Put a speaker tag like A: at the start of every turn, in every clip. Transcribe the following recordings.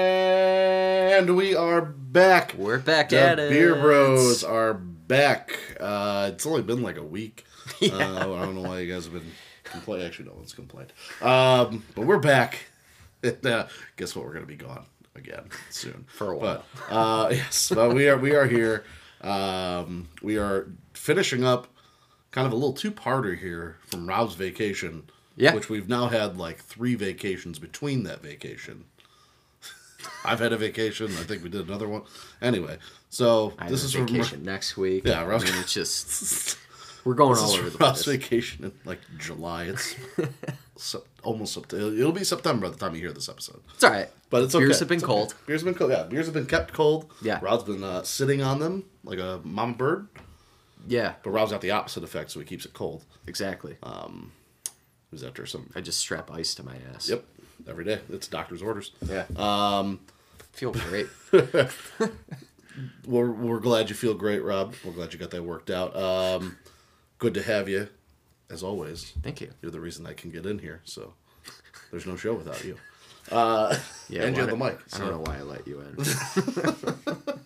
A: And we are back.
B: We're back
A: the
B: at it.
A: Beer Bros are back. Uh, it's only been like a week. Uh, I don't know why you guys have been complaining. Actually, no one's complained. Um, but we're back. And, uh, guess what? We're gonna be gone again soon
B: For a while.
A: But, uh, yes, but we are we are here. Um, we are finishing up kind of a little two-parter here from Rob's vacation.
B: Yeah.
A: Which we've now had like three vacations between that vacation. I've had a vacation. I think we did another one. Anyway, so
B: I
A: this
B: have
A: is
B: a
A: from-
B: vacation next week.
A: Yeah,
B: I
A: Ross-
B: mean, it's just we're going all
A: this
B: over
A: is
B: the
A: Rob's
B: place.
A: vacation in like July. It's sep- almost September. It'll be September by the time you hear this episode.
B: It's all right,
A: But it's okay.
B: Beers have been
A: It's okay.
B: cold.
A: Beers have been cold. Yeah, beers have been kept cold.
B: Yeah.
A: Rob's been uh, sitting on them like a mama bird,
B: Yeah,
A: but Rob's got the opposite effect, so he keeps it cold.
B: exactly.
A: Uh, He was after some.
B: I just strap ice to my ass.
A: Yep, every day. It's doctor's orders.
B: Yeah.
A: Um,
B: Feel great.
A: we're we're glad you feel great, Rob. We're glad you got that worked out. Um, good to have you, as always.
B: Thank you.
A: You're the reason I can get in here, so there's no show without you.
B: Yeah,
A: And you
B: why
A: have the
B: did-
A: mic,
B: I
A: so.
B: don't know why I let you in.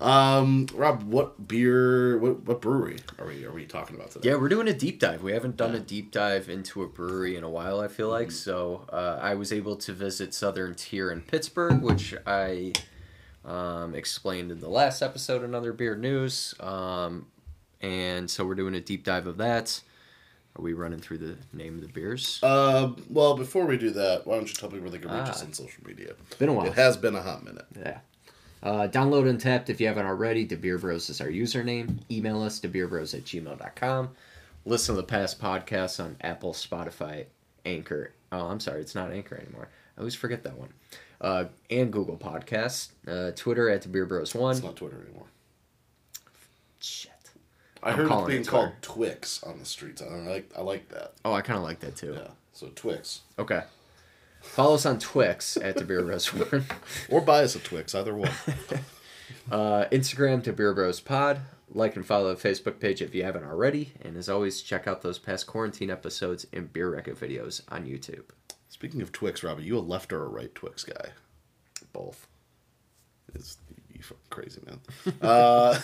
A: Um, Rob, what beer? What, what brewery are we are we talking about today?
B: yeah, we're doing a deep dive. We haven't done a deep dive into a brewery in a while. I feel like so. Uh, I was able to visit Southern Tier in Pittsburgh, which I um, explained in the last episode. Another beer news, um, and so we're doing a deep dive of that. Are we running through the name of the beers?
A: Uh, well, before we do that, why don't you tell people where they can reach
B: Ah.
A: us on social media?
B: Been a while.
A: It has been a hot minute.
B: Yeah. Uh, download Untapped if you haven't already. DeBeerBros is our username. Email us, DeBeerBros at gmail.com. Listen to the past podcasts on Apple, Spotify, Anchor. Oh, I'm sorry, it's not Anchor anymore. I always forget that one. Uh, and Google Podcasts. Uh, Twitter at
A: It's
B: DeBeerBros1.
A: not Twitter anymore.
B: Shit.
A: I
B: I'm
A: heard it's
B: calling
A: being
B: it
A: called
B: Twitter.
A: Twix on the streets. I like I like that.
B: Oh, I kind of like that too.
A: Yeah. So Twix,
B: Okay. Follow us on Twix at DeBeerBros1.
A: or buy us a Twix, either one.
B: Uh, Instagram to Beer Bros Pod. Like and follow the Facebook page if you haven't already. And as always, check out those past quarantine episodes and beer record videos on YouTube.
A: Speaking of Twix, Rob, are you a left or a right Twix guy?
B: Both.
A: It's you fucking crazy man.
B: I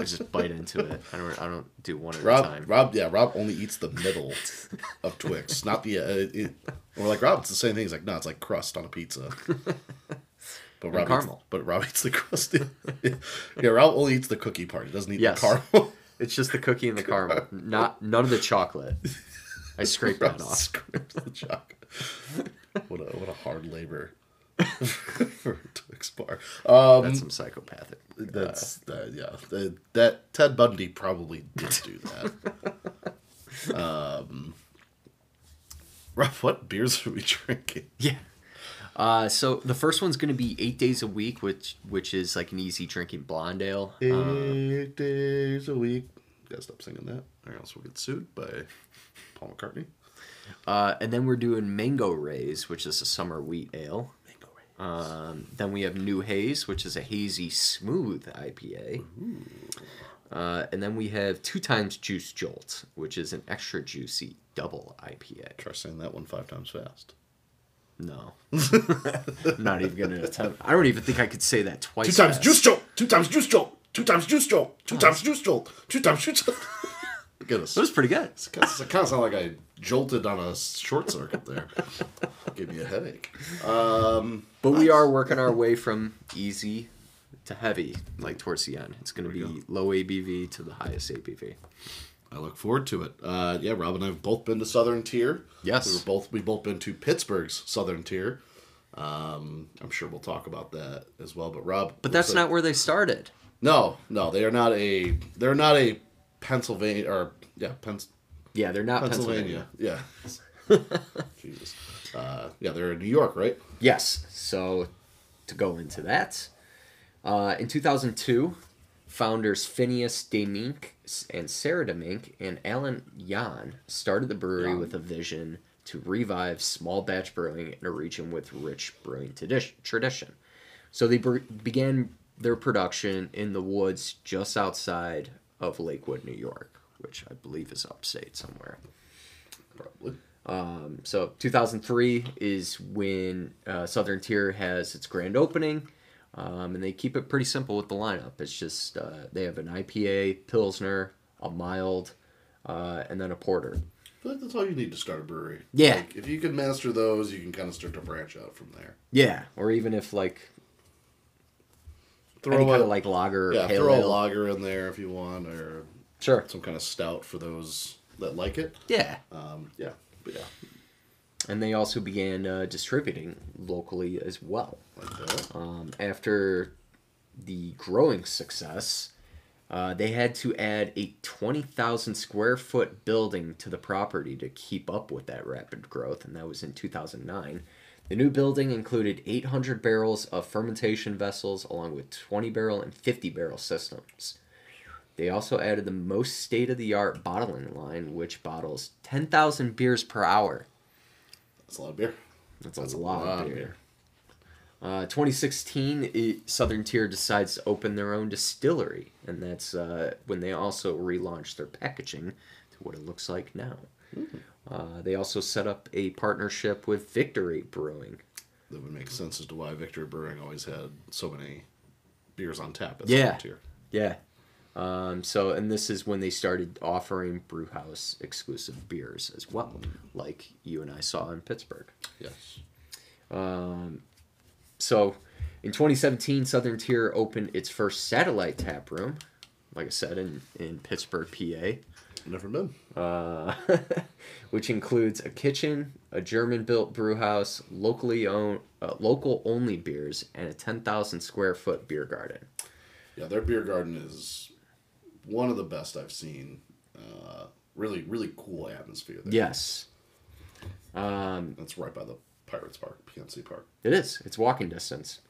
B: just bite into it. I don't. I don't do one at a time.
A: Rob, Rob, yeah, Rob only eats the middle of Twix, not the. Uh, it, we're like Rob, it's the same thing. He's like, no, it's like crust on a pizza. But Rob,
B: caramel.
A: Eats, but Rob eats the crust. yeah, Rob only eats the cookie part. He doesn't eat
B: Yes.
A: the caramel.
B: It's just the cookie and the caramel. Not none of the chocolate. I scrape that
A: Rob
B: off.
A: scrapes the chocolate. What a what a hard labor for a Twix bar. Um,
B: That's some psychopathic.
A: That's uh, yeah. That, that Ted Bundy probably did do that. um, Rob, what beers are we drinking?
B: Yeah. Uh, so the first one's gonna be eight days a week, which which is like an easy drinking blonde ale.
A: Eight
B: Um,
A: days a week. Gotta stop singing that, or else we'll get sued by Paul McCartney.
B: Uh, and then we're doing Mango Rays, which is a summer wheat ale.
A: Mango Rays.
B: Um, then we have New Haze, which is a hazy smooth IPA. Uh, and then we have Two Times Juice Jolt, which is an extra juicy double IPA.
A: Try saying that one five times fast.
B: No, not even gonna attempt. I don't even think I could say that twice.
A: Two times
B: fast.
A: juice jolt. Two times juice jolt. Two times juice jolt. Two times juice jolt. Two times juice jolt. Look at us.
B: That was pretty good.
A: It kind of sound like I jolted on a short circuit there. Gave me a headache. Um,
B: But we are working our way from easy to heavy, like towards the end. It's gonna be low ABV to the highest ABV.
A: I look forward to it. Uh, yeah, Rob and I have both been to Southern Tier.
B: Yes.
A: we were both we both been to Pittsburgh's Southern Tier. Um, I'm sure we'll talk about that as well. But Rob,
B: But that's
A: looks
B: not where they started.
A: like- no, no. They are not a they're not a Pennsylvania or yeah Pens-
B: Yeah, they're not Pennsylvania.
A: Pennsylvania. yeah. Jesus, uh, yeah, they're in New York, right?
B: Yes. So to go into that, uh, in 2002, founders Phineas Demink and Sarah Demink and Alan Yan started the brewery with a vision to revive small batch brewing in a region with rich brewing tradi- tradition. So they bre- began their production in the woods just outside of Lakewood, New York, which I believe is upstate somewhere.
A: Probably.
B: Um, so 2003 is when uh, Southern Tier has its grand opening, um, and they keep it pretty simple with the lineup. It's just uh, they have an IPA, Pilsner, a mild, uh, and then a porter.
A: I feel like that's all you need to start a brewery.
B: Yeah.
A: Like, if you can master those, you can kind of start to branch out from there.
B: Yeah, or even if like
A: Throw
B: any
A: a
B: kind of like lager or
A: yeah,
B: pale
A: throw a
B: ale.
A: lager in there if you want, or
B: Sure.
A: some kind of stout for those that like it.
B: Yeah.
A: Um, yeah, but yeah,
B: And they also began uh, distributing locally as well.
A: like that.
B: Um, after the growing success, uh, they had to add a 20,000 square foot building to the property to keep up with that rapid growth, and that was in 2009. The new building included 800 barrels of fermentation vessels, along with 20 barrel and 50 barrel systems. They also added the most state of the art bottling line, which bottles 10,000 beers per hour.
A: That's a lot of beer.
B: That's, a, lot, of beer. Uh, 2016, it, Southern Tier decides to open their own distillery, and that's uh, when they also relaunch their packaging to what it looks like now. Uh, they also set up a partnership with Victory Brewing.
A: That would make sense as to why Victory Brewing always had so many beers on tap. At
B: Yeah.
A: Southern Tier.
B: Yeah. Um, so, and this is when they started offering brewhouse exclusive beers as well, like you and I saw in Pittsburgh.
A: Yes.
B: So, in 2017, Southern Tier opened its first satellite tap room, like I said, in, in Pittsburgh, PA,
A: Never been.
B: which includes a kitchen, a German built brew house, locally owned, uh, local only beers, and a 10,000 square foot beer garden.
A: Yeah, their beer garden is one of the best I've seen. Uh, really, really cool atmosphere there.
B: Yes, Um,
A: That's right by the Pirates Park, PNC Park.
B: it is. It's walking distance.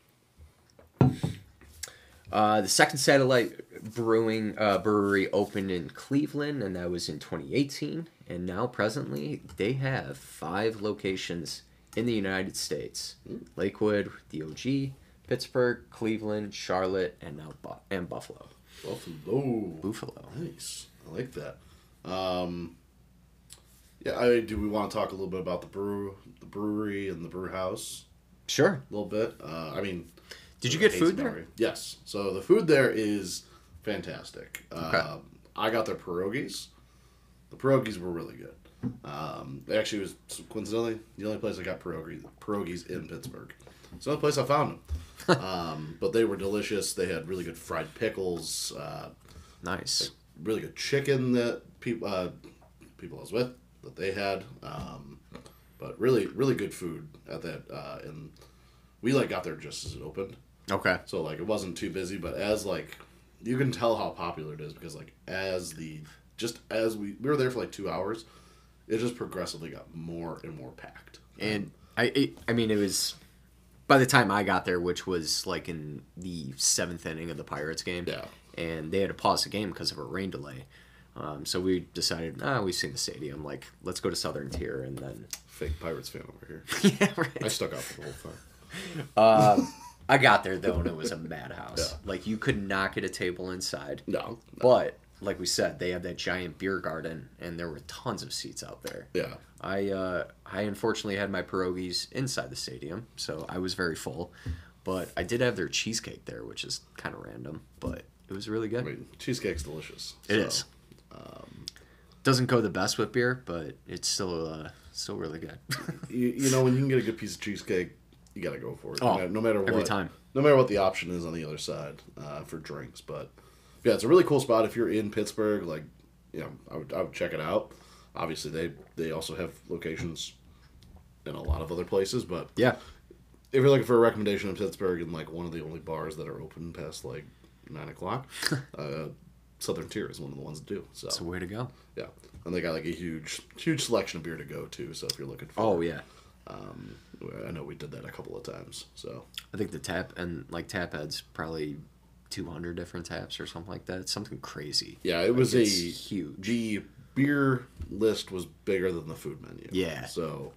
B: Uh, the second satellite brewing uh, brewery opened in Cleveland, and that was in 2018. And now, presently, they have five locations in the United States: Lakewood, the OG, Pittsburgh, Cleveland, Charlotte, and now Bu- and Buffalo.
A: Buffalo.
B: Buffalo.
A: Nice. I like that. Um, yeah, I do. We want to talk a little bit about the brew, the brewery, and the brew house
B: Sure.
A: a little bit. Uh, I mean,
B: Did you
A: the
B: get food
A: Hazy
B: there?
A: Brewery. Yes. So the food there is fantastic. Um, I got their pierogies. The pierogies were really good. Um, actually, it was coincidentally the only place I got pierogies, pierogies in Pittsburgh. It's the only place I found them. um, but they were delicious. They had really good fried pickles. Uh,
B: Nice.
A: really good chicken that people uh, people I was with that they had. Um, but really, really good food at that. Uh, and we like got there just as it opened,
B: Okay.
A: so like it wasn't too busy. But as like you can tell how popular it is because like as the just as we we were there for like two hours, it just progressively got more and more packed.
B: and I, it, I mean, it was by the time I got there, which was like in the seventh inning of the Pirates game.
A: Yeah.
B: and they had to pause the game because of a rain delay. Um, so we decided, ah, we've seen the stadium. Like, let's go to Southern Tier, and then
A: Fake Pirates fan over here.
B: yeah,
A: I
B: right.
A: stuck out for the whole time.
B: Um, I got there though, and it was a madhouse.
A: Yeah.
B: Like, you could not get a table inside.
A: No.
B: But like we said, they had that giant beer garden, and there were tons of seats out there.
A: Yeah.
B: I uh, I unfortunately had my pierogies inside the stadium, so I was very full. But I did have their cheesecake there, which is kind of random, but it was really good.
A: I mean, cheesecake's delicious.
B: It is. um, Doesn't go the best with beer, but it's still uh, still really good.
A: you, you know when you can get a good piece of cheesecake you gotta go for it
B: Oh,
A: no, matter, no matter what
B: every time.
A: no matter what the option is on the other side uh, for drinks but yeah it's a really cool spot if you're in pittsburgh like you know i would, I would check it out obviously they they also have locations in a lot of other places but
B: yeah,
A: if you're looking for a recommendation in pittsburgh and like one of the only bars that are open past like nine o'clock uh, southern tier is one of the ones that do so
B: it's a way to go.
A: yeah and they got like a huge huge selection of beer to go to so if you're looking for
B: Oh yeah,
A: I know we did that a couple of times. So
B: I think the tap and like tap heads probably two hundred different taps or something like that. It's something crazy.
A: yeah, it was
B: it's
A: a
B: huge.
A: The beer list was bigger than the food menu.
B: Yeah.
A: So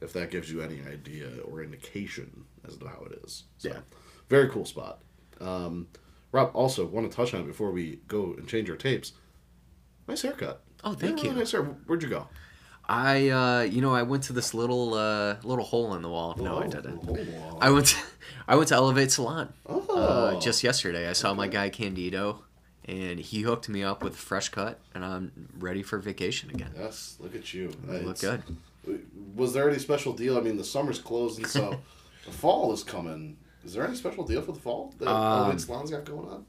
A: if that gives you any idea or indication as to how it is, so,
B: Yeah.
A: very cool spot. Um, Rob, also want to touch on it before we go and change our tapes. Nice haircut.
B: Oh,
A: had a
B: thank
A: really
B: you.
A: Nice hair. Where'd you go?
B: I, uh, you know, I went to this little uh, little hole in the wall. No, Oh, I didn't. I went to, I went to Elevate Salon
A: oh,
B: uh, just yesterday. I saw my guy Candido, and he hooked me up with a fresh cut, and I'm ready for vacation again.
A: yes. Look at you.
B: I look
A: It's-
B: good.
A: Was there any special deal? I mean, the summer's closing, so the fall is coming. Is there any special deal for the fall that um,
B: Um,
A: Salon's got going on?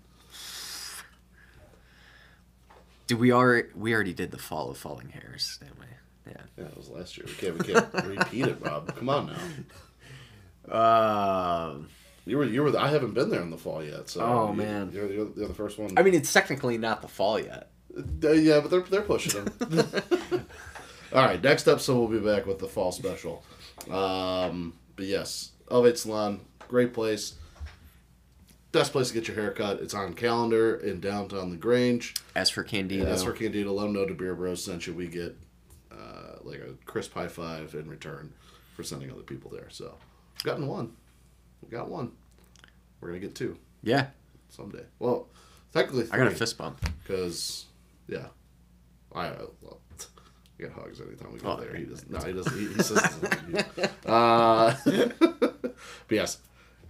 B: Did we already we already did the fall of falling hairs, didn't we? Yeah.
A: Yeah, it was last year. We can't, we can't repeat it, Rob. Come on now.
B: Um,
A: You were, you were. The, I haven't been there in the fall yet. So
B: Oh,
A: you-
B: man.
A: you're, you're, you're the first one.
B: I mean, it's technically not the fall yet.
A: Uh, yeah, but they're they're pushing them. All right, next up, so we'll be back with the fall special. Um, but yes, Elevate Salon, great place. Best place to get your haircut. It's on calendar in downtown Lagrange.
B: As for Candido,
A: That's where Candido let them know to Beer Bros sent you. We get uh, like a crisp high five in return for sending other people there. So, we've gotten one. We got one. We're gonna get two
B: yeah,
A: someday. Well, technically,
B: I got a
A: three.
B: fist bump.
A: Because, yeah, I, I well, I get hugs anytime we go
B: Oh,
A: there.
B: okay.
A: He doesn't. No, he doesn't. He, he says. uh, but yes,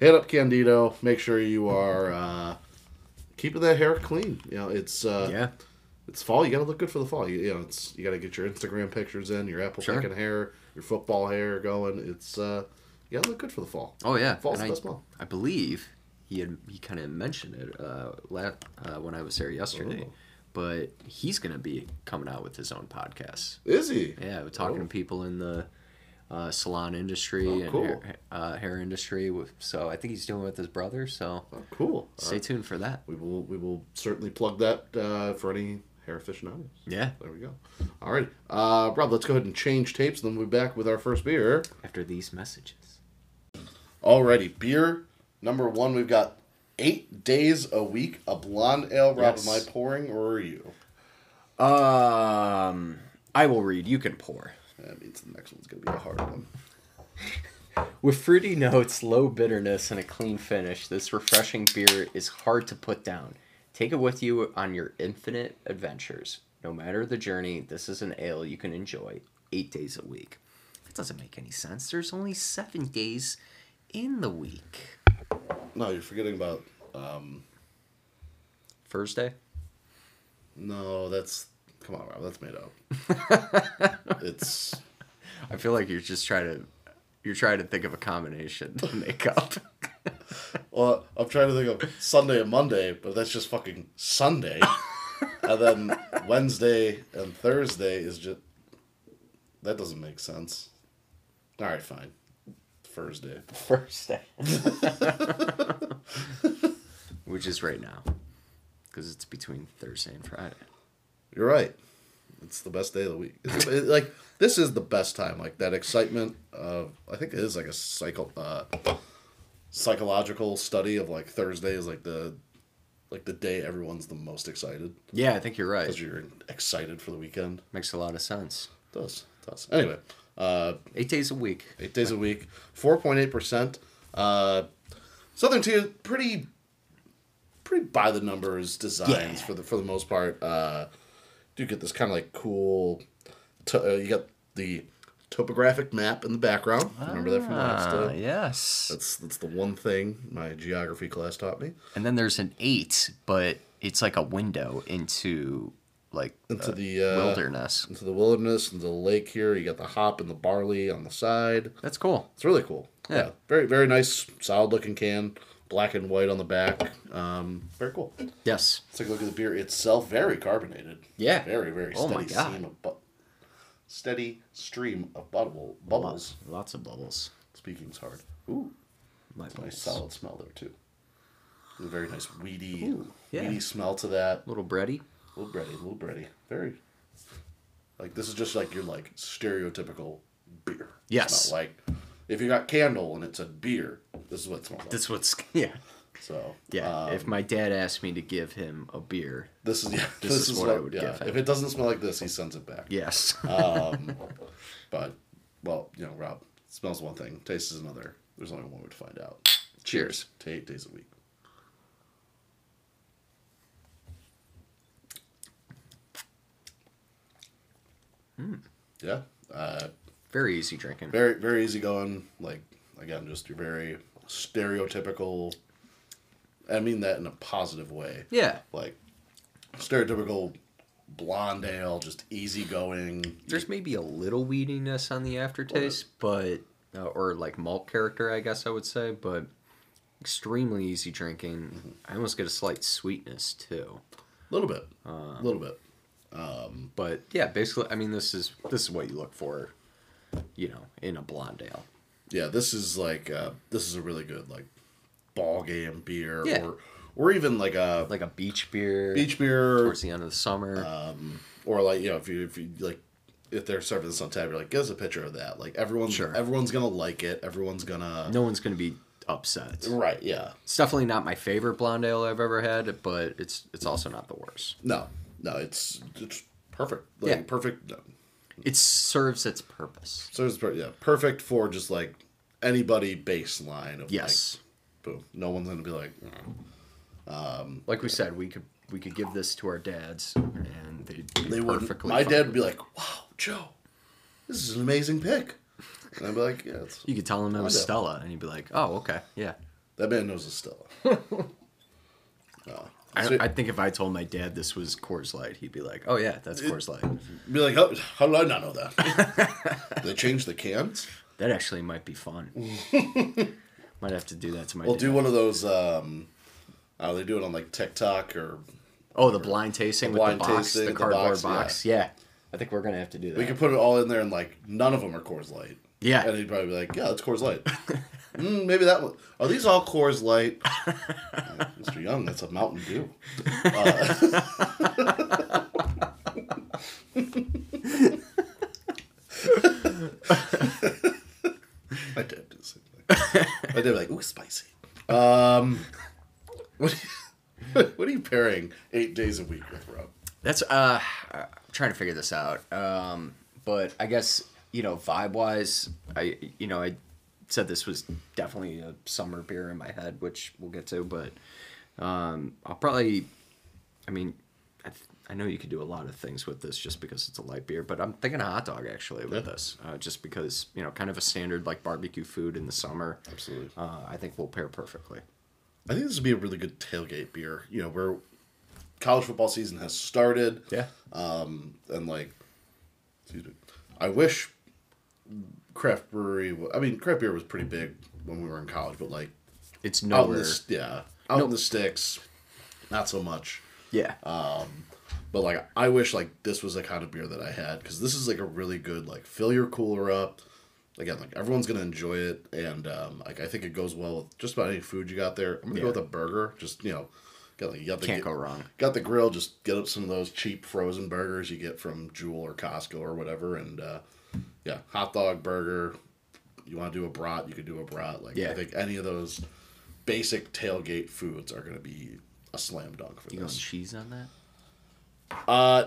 A: hit up Candido. Make sure you are uh, keeping that hair clean. You know, it's uh,
B: yeah,
A: it's fall. You got to look good for the fall. You, you know, it's you got to get your Instagram pictures in, your apple
B: Sure.
A: picking hair, your football hair going. It's uh, you got to look good for the fall.
B: oh yeah.
A: Fall's
B: And
A: the
B: I,
A: best month.
B: I believe he had he kind of mentioned it uh, la- uh, when I was there yesterday,
A: Oh.
B: but he's gonna be coming out with his own podcast.
A: Is he?
B: Yeah, we're talking
A: Oh.
B: to people in the uh, salon industry
A: Oh,
B: and
A: cool.
B: hair, uh, hair industry. With, so I think he's doing it with his brother. So
A: Oh, cool. All
B: stay tuned for that.
A: We will we will certainly plug that uh, for any hair aficionados.
B: Yeah.
A: There we go. All right, uh, Rob. Let's go ahead and change tapes, and then we'll be back with our first beer.
B: After these messages.
A: Alrighty, beer number one. We've got eight days a week. A blonde ale. Rob,
B: Yes.
A: am I pouring or are you?
B: Um, I will read. You can pour.
A: That means the next one's gonna be a hard one.
B: With fruity notes, low bitterness, and a clean finish, this refreshing beer is hard to put down. Take it with you on your infinite adventures. No matter the journey, this is an ale you can enjoy eight days a week. That doesn't make any sense. There's only seven days in the week.
A: No, you're forgetting about. Um,
B: Thursday?
A: no, that's come on, Rob. That's made up. it's
B: I feel like you're just trying to you're trying to think of a combination to make up.
A: Well, I'm trying to think of Sunday and Monday, but that's just fucking Sunday. and then Wednesday and Thursday is just that doesn't make sense. All right, fine. Thursday.
B: Thursday. Which is right now. Because it's between Thursday and Friday.
A: You're right. It's the best day of the week. It's, it- like this is the best time. Like that excitement of I think it is like a psycho uh, psychological study of like Thursday is like the like the day everyone's the most excited
B: Yeah, I think you're right.
A: because you're excited for the weekend.
B: Makes a lot of sense.
A: does does anyway uh
B: Eight days a week.
A: eight days a week 4.8 percent uh southern tier pretty pretty by the numbers designs
B: Yeah.
A: for the for the most part uh do get this kind of like cool to uh, you got the topographic map in the background remember that from last
B: Ah,
A: time
B: yes.
A: that's that's the one thing my geography class taught me
B: And then there's an eight, but it's like a window into like
A: into
B: uh,
A: the uh,
B: wilderness.
A: into the wilderness into the lake here you got the hop and the barley on the side
B: That's cool.
A: It's really cool.
B: Yeah.
A: Yeah. Very very nice, solid looking can, black and white on the back. Um, very cool. Let's
B: Yes.
A: take a look at the beer itself. Very carbonated.
B: Yeah.
A: Very very
B: Oh
A: steady
B: my God.
A: stream of bu- steady stream of bubble bubbles.
B: Lots of bubbles.
A: Speaking's hard. Ooh,
B: My
A: nice
B: bubbles.
A: solid smell there too. A very nice weedy,
B: Ooh, yeah.
A: weedy smell to that.
B: Little bready.
A: A little bready, a little bready. Very. Like this is just like your like stereotypical beer.
B: Yes.
A: Smell. Like if you got candle and it said beer, this is what it smells like.
B: That's what's yeah.
A: So
B: Yeah.
A: um,
B: if my dad asked me to give him a beer,
A: this is yeah, this,
B: this is
A: is,
B: what
A: what,
B: I would
A: yeah.
B: give him.
A: If it doesn't smell like this, he sends it back.
B: yes.
A: But well, you know, Rob smells one thing, tastes is another. There's only one way to find out.
B: Cheers.
A: To eight days a week.
B: Hmm.
A: Yeah, Uh,
B: Very easy drinking.
A: very very easy going. Like again, just your very stereotypical. I mean that in a positive way.
B: Yeah.
A: Like stereotypical blonde ale, just easygoing.
B: There's maybe a little weediness on the aftertaste, but uh, or like malt character, I guess I would say, but extremely easy drinking. I almost get a slight sweetness too.
A: A little bit, a
B: Uh.
A: little bit.
B: But yeah, basically, I mean, this is this is what you look for, you know, in a blonde ale.
A: Yeah, this is like uh, this is a really good like ball game beer,
B: Yeah.
A: or or even like a
B: like a beach beer
A: beach beer, Uh.
B: towards the end of the summer.
A: or like you know if you if you like if they're serving this on tap, you're like, give us a picture of that. Like everyone's
B: Sure.
A: everyone's gonna like it. Everyone's gonna
B: no one's gonna be upset.
A: right, yeah.
B: It's definitely not my favorite blonde ale I've ever had, but it's it's also not the worst.
A: No, no, it's it's perfect. Like,
B: Yeah.
A: perfect. No,
B: It serves its purpose.
A: so it's per- yeah, perfect for just like anybody baseline of
B: Yes.
A: Like, boom. No one's gonna be like, "Mm."
B: Like we said, we could we could give this to our dads and they'd be
A: they would.
B: perfectly
A: My
B: fine
A: dad would
B: with
A: be
B: it.
A: like, wow, Joe, this is an amazing pick. And I'd be like, yeah, it's,
B: you could tell him it was
A: dad.
B: Stella and he'd be like, "Oh, okay. Yeah."
A: that man knows Estella. no.
B: I,
A: So-
B: I think if I told my dad this was Coors Light, he'd be like, "Oh yeah, that's Coors Light."
A: Be like, how, how did I not know that? they changed the cans.
B: That actually might be fun. might have to do that to my
A: We'll
B: dad.
A: do one of those. um Oh, they do it on like TikTok or
B: Oh, the blind tasting with
A: blind
B: the box,
A: tasting,
B: the
A: the
B: cardboard
A: box,
B: box.
A: yeah.
B: Yeah. I think we're gonna have to do that.
A: we could put it all in there and like none of them are Coors Light.
B: Yeah.
A: and he'd probably be like, "Yeah, that's Coors Light." mm, maybe that one. Are these all Coors Light? Uh, Mr. Young, that's a Mountain Dew. Uh, I did. do the same thing. I did like, ooh, spicy. Um, what? Are you, what are you pairing eight days a week with, Rob?
B: That's uh, I'm trying to figure this out. Um, but I guess you know, vibe wise, I you know, I said this was definitely a summer beer in my head, which we'll get to. But um, I'll probably, I mean, I, th- I know you could do a lot of things with this just because it's a light beer, but I'm thinking a hot dog actually with this, uh, just because you know, kind of a standard like barbecue food in the summer.
A: Absolutely.
B: Uh, I think will pair perfectly.
A: I think this would be a really good tailgate beer. You know, where college football season has started.
B: Yeah.
A: And like, excuse me. I wish craft brewery. wa- I mean, craft beer was pretty big when we were in college, but like
B: It's
A: out in
B: nowhere.
A: the s- yeah, out in the sticks, not so much.
B: Yeah.
A: But like, I wish like this was the kind of beer that I had because this is like a really good like fill your cooler up. Again, like everyone's gonna enjoy it, and um, like I think it goes well with just about any food you got there. I'm gonna go
B: Yeah.
A: with a burger. Just you know, got like you got the
B: Can't go wrong.
A: Got the grill. Just get up some of those cheap frozen burgers you get from Jewel or Costco or whatever, and uh, yeah, hot dog burger. You want to do a brat? You could do a brat. Like I
B: Yeah.
A: think any of those basic tailgate foods are gonna be a slam dunk for
B: You going
A: this.
B: cheese on that?
A: Uh,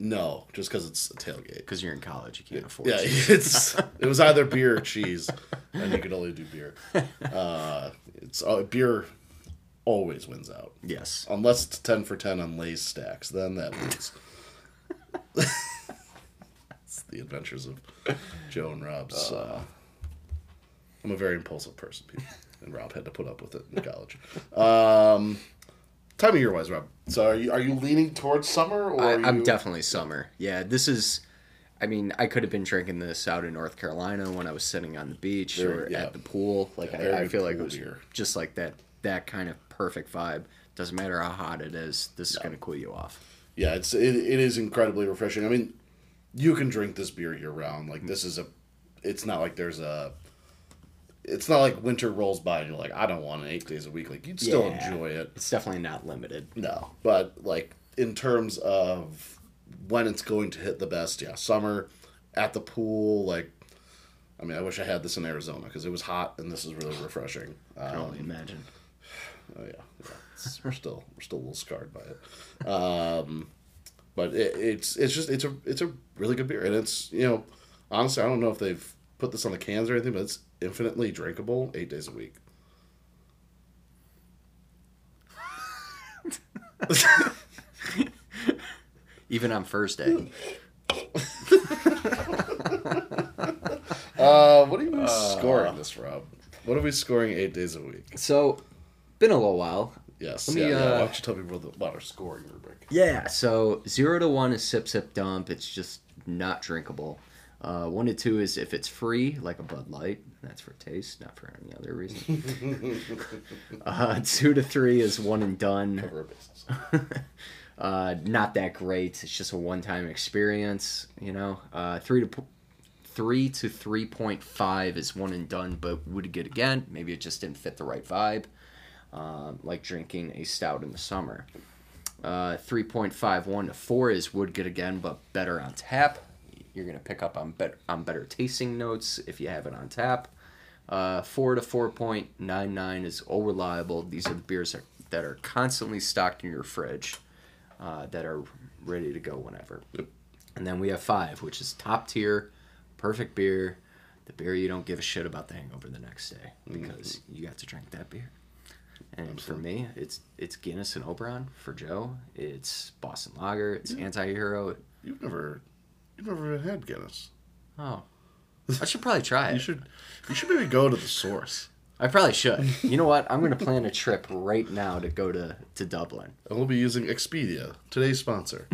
A: no, just because it's a tailgate.
B: Because you're in college, you can't afford.
A: Yeah,
B: cheese.
A: it's it was either beer or cheese, and you could only do beer. Uh, it's uh, beer always wins out
B: Yes.
A: unless it's ten for ten on Lay's stacks. Then that wins. it's the adventures of Joe and Rob.
B: Uh.
A: so- I'm a very impulsive person, people, and Rob had to put up with it in college. Um, time of year wise, Rob. So are you are you leaning towards summer or
B: I,
A: are
B: I'm
A: you-
B: definitely summer. Yeah, this is. I mean, I could have been drinking this out in North Carolina when I was sitting on the beach
A: Very-
B: or
A: yeah.
B: at the pool. Like
A: Yeah,
B: I,
A: very
B: I feel like it
A: pool
B: was
A: beer.
B: just like that. That kind of perfect vibe. Doesn't matter how hot it is. This is gonna cool you off.
A: yeah, it's it, it is incredibly refreshing. I mean, you can drink this beer year round. Like this is a, it's not like there's a, it's not like winter rolls by and you're like I don't want it eight days a week. Like you'd still
B: Yeah.
A: enjoy it.
B: It's definitely not limited.
A: No, but like in terms of when it's going to hit the best, yeah, summer at the pool. Like, I mean, I wish I had this in Arizona because it was hot and this is really refreshing.
B: I can
A: Um,
B: only imagine.
A: oh yeah, yeah it's- we're still we're still a little scarred by it. Um, but it, it's it's just it's a it's a really good beer and it's you know honestly I don't know if they've put this on the cans or anything, but it's infinitely drinkable eight days a week.
B: Even on Thursday.
A: Uh, what are we scoring this, Rob? What are we scoring eight days a week?
B: So, been a little while.
A: Yes.
B: Let me,
A: yeah, yeah. Why
B: uh,
A: don't you tell people about our scoring rubric?
B: Yeah. So zero to one is sip, sip, dump. It's just not drinkable. Uh, one to two is if it's free, like a Bud Light. That's for taste, not for any other reason. uh, two to three is one and done.
A: Cover our bases.
B: Uh, not that great. It's just a one-time experience, you know. Uh, three to p- three to three point five is one and done, but would get again. Maybe it just didn't fit the right vibe, um, like drinking a stout in the summer. Uh, three point five one to four is would get again, but better on tap. You're gonna pick up on better on better tasting notes if you have it on tap. Uh, four to four point nine nine is all reliable. These are the beers that, that are constantly stocked in your fridge, uh, that are ready to go whenever. And then we have five, which is top tier, perfect beer, the beer you don't give a shit about the hangover the next day
A: Mm-hmm.
B: because you have to drink that beer. And for me, it's it's Guinness and Oberon. For Joe, it's Boston Lager. It's Antihero.
A: You've never, you've never had Guinness.
B: Oh, I should probably try it.
A: You should, you should maybe go to the source.
B: I probably should. You know what? I'm gonna plan a trip right now to go to to Dublin.
A: And we'll be using Expedia, today's sponsor.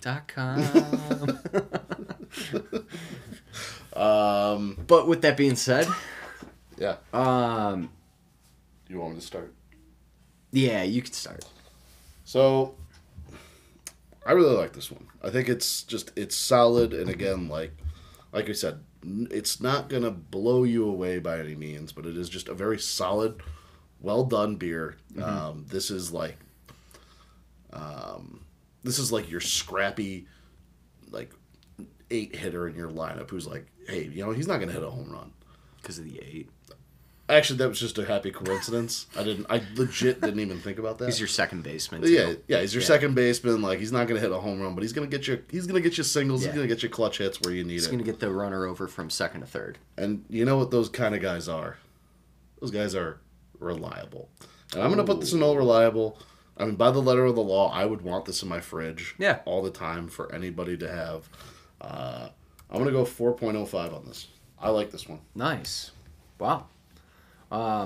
B: Dot com. Um, but with that being said,
A: yeah.
B: um,
A: You want me to start?
B: yeah, you can start.
A: So I really like this one. I think it's just it's solid and again like like I said, n- it's not going to blow you away by any means, but it is just a very solid, well done beer. Um, this is like um this is like your scrappy like eight hitter in your lineup who's like, "Hey, you know, he's not going to hit a home run."
B: Because of the eight.
A: Actually, that was just a happy coincidence. I didn't I legit didn't even think about that.
B: He's your second baseman. Too.
A: Yeah, yeah, he's your second baseman. Like he's not gonna hit a home run, but he's gonna get you. He's gonna get you singles.
B: Yeah.
A: He's gonna get you clutch hits where you need
B: He's
A: it.
B: going to get the runner over from second to third.
A: And you know what those kind of guys are? Those guys are reliable. And I'm gonna put this in all reliable. I mean, by the letter of the law, I would want this in my fridge.
B: Yeah.
A: all the time for anybody to have. Uh, I'm gonna go 4.05 on this. I like this one.
B: Nice. Wow. Um,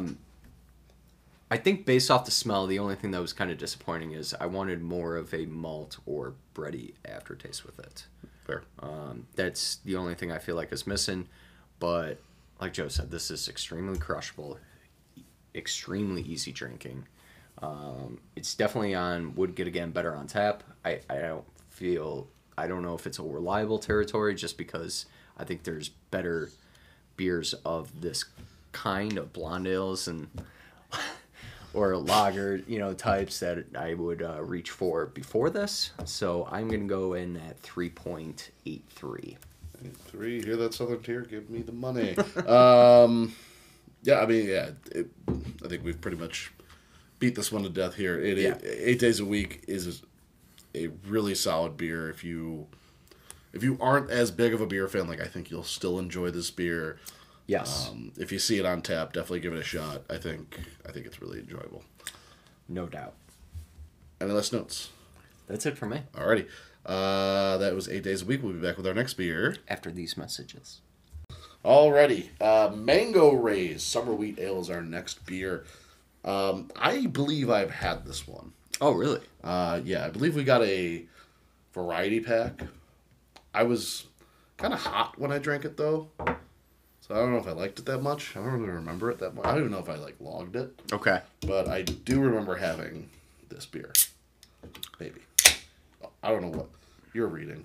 B: I think based off the smell, the only thing that was kind of disappointing is I wanted more of a malt or bready aftertaste with it.
A: Fair.
B: Um, that's the only thing I feel like is missing. But like Joe said, this is extremely crushable, e- extremely easy drinking. Um, it's definitely on would get again better on tap. I, I don't feel I don't know if it's a reliable territory just because I think there's better beers of this kind of blonde ales and or lager you know types that I would uh, reach for before this. So I'm gonna go in at three point eight three.
A: And Three, hear that southern tier? Give me the money. um, yeah, I mean, yeah, it, I think we've pretty much beat this one to death here. It,
B: Yeah.
A: eight days a week is a really solid beer. If you if you aren't as big of a beer fan, like I think you'll still enjoy this beer.
B: Yes,
A: Um, if you see it on tap, definitely give it a shot. I think I think it's really enjoyable.
B: no doubt.
A: Any less notes?
B: That's it for me.
A: Alrighty, uh, that was eight days a week. We'll be back with our next beer.
B: After these messages.
A: Alrighty, uh, Mango Rays Summer Wheat Ale is our next beer. Um, I believe I've had this one.
B: Oh really?
A: Uh, yeah, I believe we got a variety pack. I was kind of hot when I drank it though, so I don't know if I liked it that much. I don't really remember it that much. I don't even know if I like logged it,
B: Okay.
A: but I do remember having this beer. Maybe I don't know what you're reading.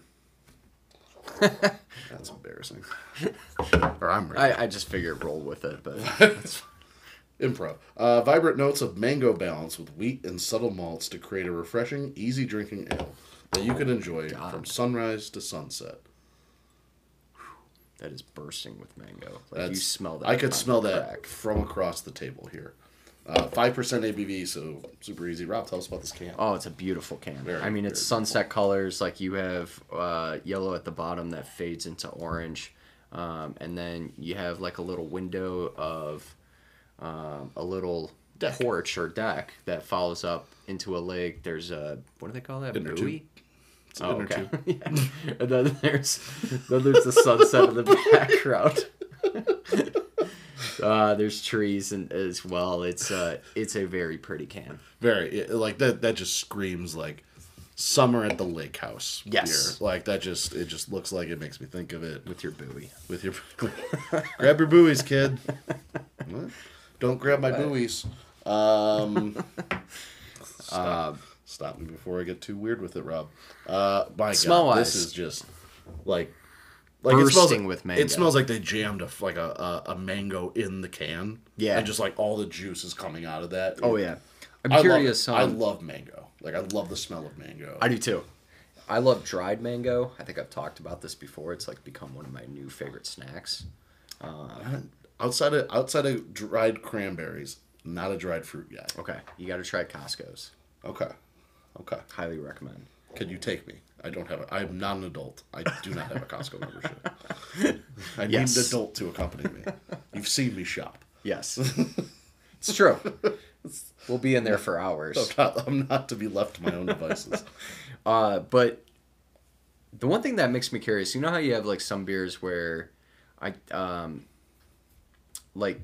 A: That's embarrassing. or I'm reading.
B: I, I just figured roll with it, but that's,
A: Improv. Uh, vibrant notes of mango balance with wheat and subtle malts to create a refreshing, easy drinking ale that you can enjoy from sunrise to sunset.
B: that is bursting with mango. Like
A: That's,
B: you smell that.
A: I could
B: on
A: smell
B: the
A: that
B: crack.
A: from across the table here. Uh, Five percent ABV, so super easy. Rob, tell us about this can.
B: Oh, it's a beautiful can.
A: Very,
B: I mean, it's
A: very
B: sunset colors. Like you have uh, yellow at the bottom that fades into orange, um, and then you have like a little window of um, a little
A: Deck.
B: porch or deck that follows up into a lake. There's a what do they call that?
A: Inner tube.
B: Buoy.
A: It's
B: Oh,
A: inner
B: okay.
A: tube.
B: yeah. And then there's then there's the sunset in the background. Uh, there's trees and as well. It's uh, it's a very pretty can.
A: Very it- like that. That just screams like summer at the lake house.
B: Yes.
A: beer. like that. Just it just looks like it makes me think of it
B: With your buoy.
A: with your grab your buoys, kid. What? Don't grab my buoys. Um, stop,
B: Um,
A: stop me before I get too weird with it, Rob. Uh, my
B: Smell
A: God,
B: wise.
A: this is just like like it smells
B: Bursting with mango.
A: It smells like they jammed a f- like a, a a mango in the can.
B: Yeah.
A: and just like all the juice is coming out of that.
B: Oh yeah. I'm
A: i
B: curious.
A: Love, I
B: on-
A: love mango. Like I love the smell of mango.
B: I do too. I love dried mango. I think I've talked about this before. It's like become one of my new favorite snacks.
A: outside of outside of dried cranberries, not a dried fruit guy.
B: Okay, you got to try Costco's.
A: Okay, okay.
B: Highly recommend.
A: Can you take me? I don't have. A, I'm not an adult. I do not have a Costco membership. I
B: Yes.
A: need an adult to accompany me. You've seen me shop.
B: Yes, it's true. We'll be in there for hours.
A: Not- I'm not to be left to my own devices.
B: Uh, but the one thing that makes me curious, you know how you have like some beers where I um like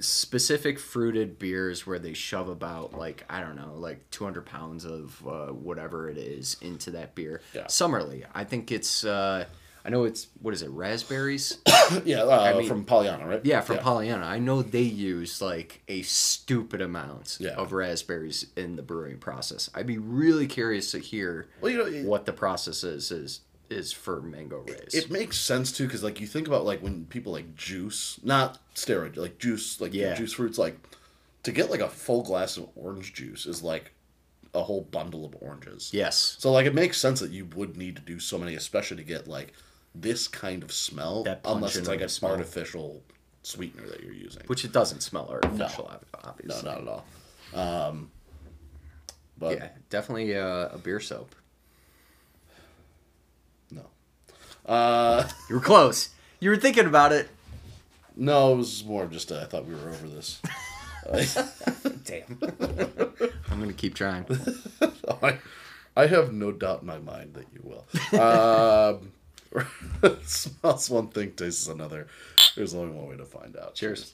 B: specific fruited beers where they shove about like I don't know like 200 pounds of uh, whatever it is into that beer.
A: Yeah.
B: Summerly, I think it's uh I know it's what is it raspberries?
A: yeah, uh,
B: mean-
A: from Pollyanna, right?
B: Yeah, from Pollyanna. I know they use like a stupid amount
A: Yeah.
B: of raspberries in the brewing process. I'd be really curious to hear
A: Well, you know, it-
B: what the process is is is for mango rays.
A: It makes sense too, because like you think about like when people like juice, not steroid, like juice, like
B: Yeah.
A: juice fruits, like to get like a full glass of orange juice is like a whole bundle of oranges.
B: yes.
A: So like it makes sense that you would need to do so many, especially to get like this kind of smell,
B: That punch
A: unless
B: in
A: it's like
B: of
A: an
B: the smell.
A: artificial sweetener that you're using.
B: Which it doesn't smell artificial, ob-
A: no,
B: obviously.
A: not at all. Um, but
B: Yeah, definitely uh, a beer soap.
A: no, uh,
B: You were close. You were thinking about it.
A: no, it was more of just uh, I thought we were over this.
B: Damn. I'm gonna keep trying.
A: I, I have no doubt in my mind that you will. Um, smells one thing, tastes another. There's only one way to find out.
B: Cheers.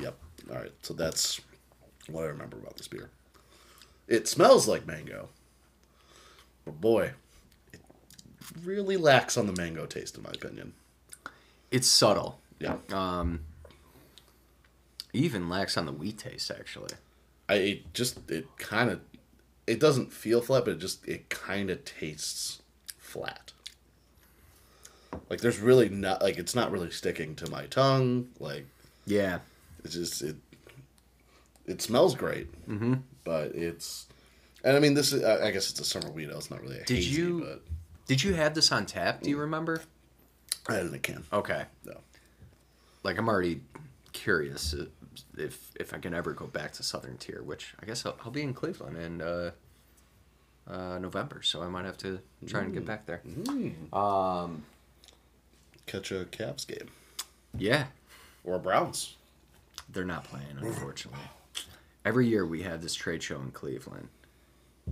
A: Yep. All right. So that's what I remember about this beer. It smells like mango, but boy, it really lacks on the mango taste, in my opinion.
B: It's subtle.
A: Yeah.
B: Um, even lacks on the wheat taste actually.
A: I it just it kind of it doesn't feel flat, but it just it kind of tastes flat. Like there's really not like it's not really sticking to my tongue. Like
B: Yeah.
A: it's just it it smells great, mm-hmm. but it's and I mean this is I I guess it's a summer weed. It's not really a
B: Did
A: hazy,
B: you- Did you have this on tap? Do you remember?
A: but I had it in a can.
B: Okay.
A: No.
B: Like I'm already curious if if I can ever go back to Southern Tier, which I guess I'll, I'll be in Cleveland in uh, uh, November, so I might have to try and get back there.
A: Catch a Cavs game
B: Yeah,
A: or a Browns.
B: they're not playing, unfortunately. Every year we have this trade show in Cleveland,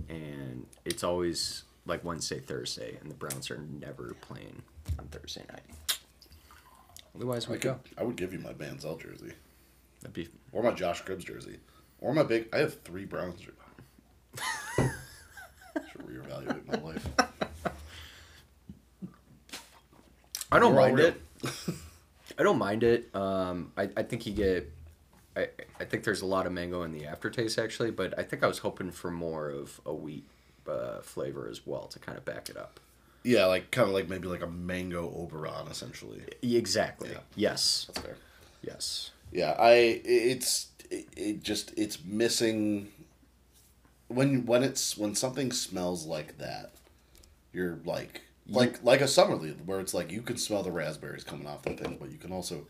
B: and it's always like Wednesday, Thursday, and the Browns are never playing on Thursday night. Otherwise, we
A: I could,
B: go.
A: I would give you my Manziel jersey
B: That'd be
A: or my Josh Gribbs jersey or my big. I have three Browns. jer- Should reevaluate my life.
B: I don't
A: We're all
B: mind
A: real.
B: it. I don't mind it. Um, I, I think you get. I, I think there's a lot of mango in the aftertaste actually, but I think I was hoping for more of a wheat uh, flavor as well to kind of back it up.
A: Yeah, like kind of like maybe like a mango Oberon, essentially.
B: Exactly.
A: Yeah.
B: Yes.
A: That's fair.
B: Yes.
A: Yeah, I it's it, it just it's missing when when it's when something smells like that, you're like like like a summer leaf where it's like you can smell the raspberries coming off the thing, but you can also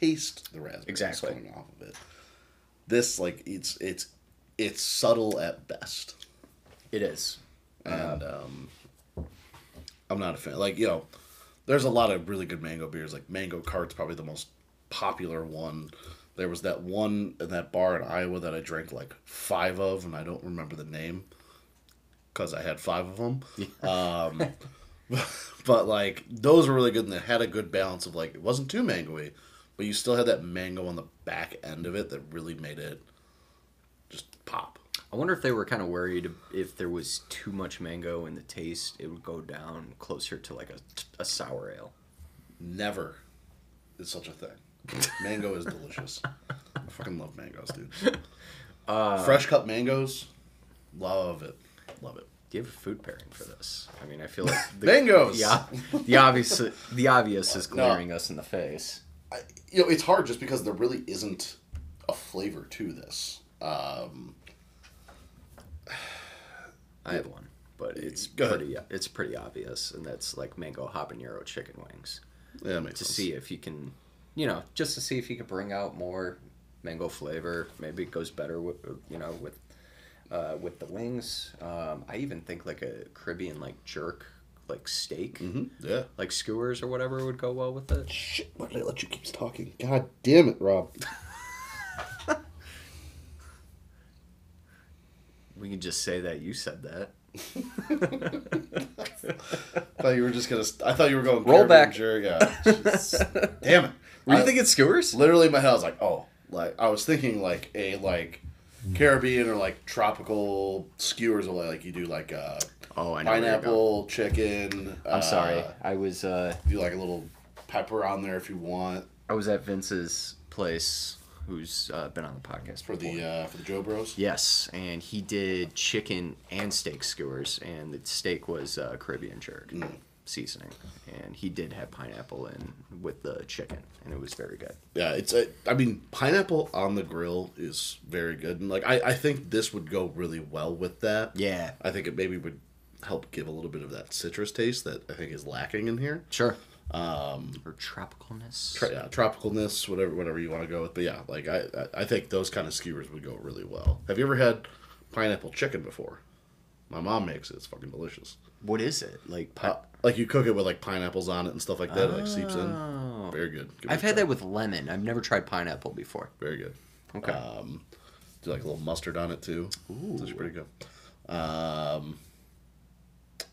A: taste the raspberries
B: Exactly.
A: coming off of it. This like it's it's it's subtle at best
B: It is.
A: and um, I'm not a fan. Like you know, there's a lot of really good mango beers. Like Mango Cart's probably the most popular one. There was that one in that bar in Iowa that I drank like five of, and I don't remember the name because I had five of them. Um, but like those were really good and they had a good balance of like it wasn't too mangoey, but you still had that mango on the back end of it that really made it just pop.
B: I wonder if they were kind of worried if there was too much mango in the taste, it would go down closer to like a, a sour ale.
A: Never is such a thing. Mango is delicious. I fucking love mangoes, dude.
B: Uh,
A: Fresh cut mangoes, love it, love it.
B: Do you have a food pairing for this? I mean, I feel like the,
A: Mangoes!
B: Yeah, the obvious, the obvious is glaring us in the face.
A: I, you know, it's hard just because there really isn't a flavor to this. Um,
B: I have one, but it's
A: Go ahead.
B: pretty, it's pretty obvious, and that's like mango habanero chicken wings.
A: yeah, that makes
B: to
A: sense.
B: see if you can, you know, just to see if you can bring out more mango flavor. Maybe it goes better with, you know, with uh, with the wings. Um, I even think like a Caribbean like jerk like steak,
A: Mhm, Yeah.
B: like skewers or whatever would go well with it.
A: Shit, why did I let you keep talking? God damn it, Rob.
B: We can just say that you said that.
A: I thought you were just gonna. I thought you were going Caribbean
B: Roll back.
A: Jerk. Yeah. Jeez. damn it.
B: Were you
A: I-
B: thinking skewers?
A: Literally, in my head I was like, oh, like I was thinking like a like Caribbean or like tropical skewers, or like you do like uh,
B: Oh, I know. where you're going.
A: pineapple chicken. uh,
B: I'm sorry. I was uh,
A: Do like a little pepper on there if you want
B: I was at Vince's place, who's uh, been on the podcast
A: for the uh, for the Joe Bros.
B: Yes, and he did chicken and steak skewers, and the steak was uh, Caribbean jerk seasoning, and he did have pineapple in with the chicken, and it was very good.
A: Yeah, it's a, I mean, pineapple on the grill is very good, and like I, I think this would go really well with that.
B: Yeah,
A: I think it maybe would help give a little bit of that citrus taste that I think is lacking in here.
B: sure. Um, or tropicalness.
A: Tro- yeah, tropicalness, whatever, whatever you want to go with. But yeah, like I, I I think those kind of skewers would go really well. Have you ever had pineapple chicken before? My mom makes it. It's fucking delicious.
B: what is it like? Pi-
A: Uh, like you cook it with like pineapples on it and stuff like that. It like seeps
B: Oh.
A: in. Very good. Give it
B: I've
A: a
B: had
A: try.
B: that with lemon. I've never tried pineapple before. Uh,
A: Very good.
B: Okay.
A: Um, do like a little mustard on it too. Ooh, that's pretty good. Um,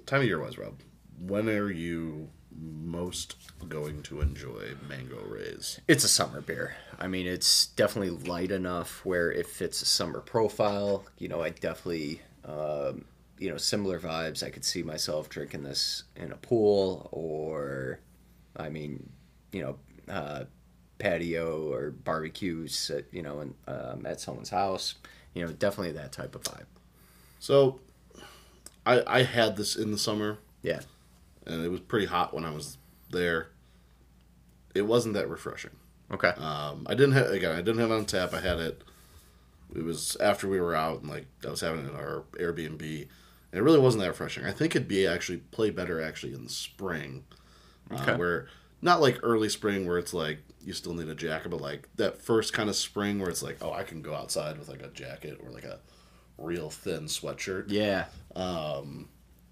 A: time of year wise, Rob, when are you most going to enjoy mango rays?
B: It's a summer beer. I mean, it's definitely light enough where it fits a summer profile. You know, I definitely, um, you know, similar vibes. I could see myself drinking this in a pool or, I mean, you know, uh, patio or barbecues, at, you know, and um, at someone's house. You know, definitely that type of vibe.
A: So, I I had this in the summer
B: Yeah.
A: and it was pretty hot when I was there. It wasn't that refreshing.
B: Okay.
A: Um, I didn't have again. I didn't have it on tap. I had it. It was after we were out and like I was having it in our Airbnb. And it really wasn't that refreshing. I think it'd be actually play better actually in the spring, uh,
B: Okay.
A: where not like early spring where it's like you still need a jacket, but like that first kind of spring where it's like oh I can go outside with like a jacket or like a real thin sweatshirt.
B: yeah. Um,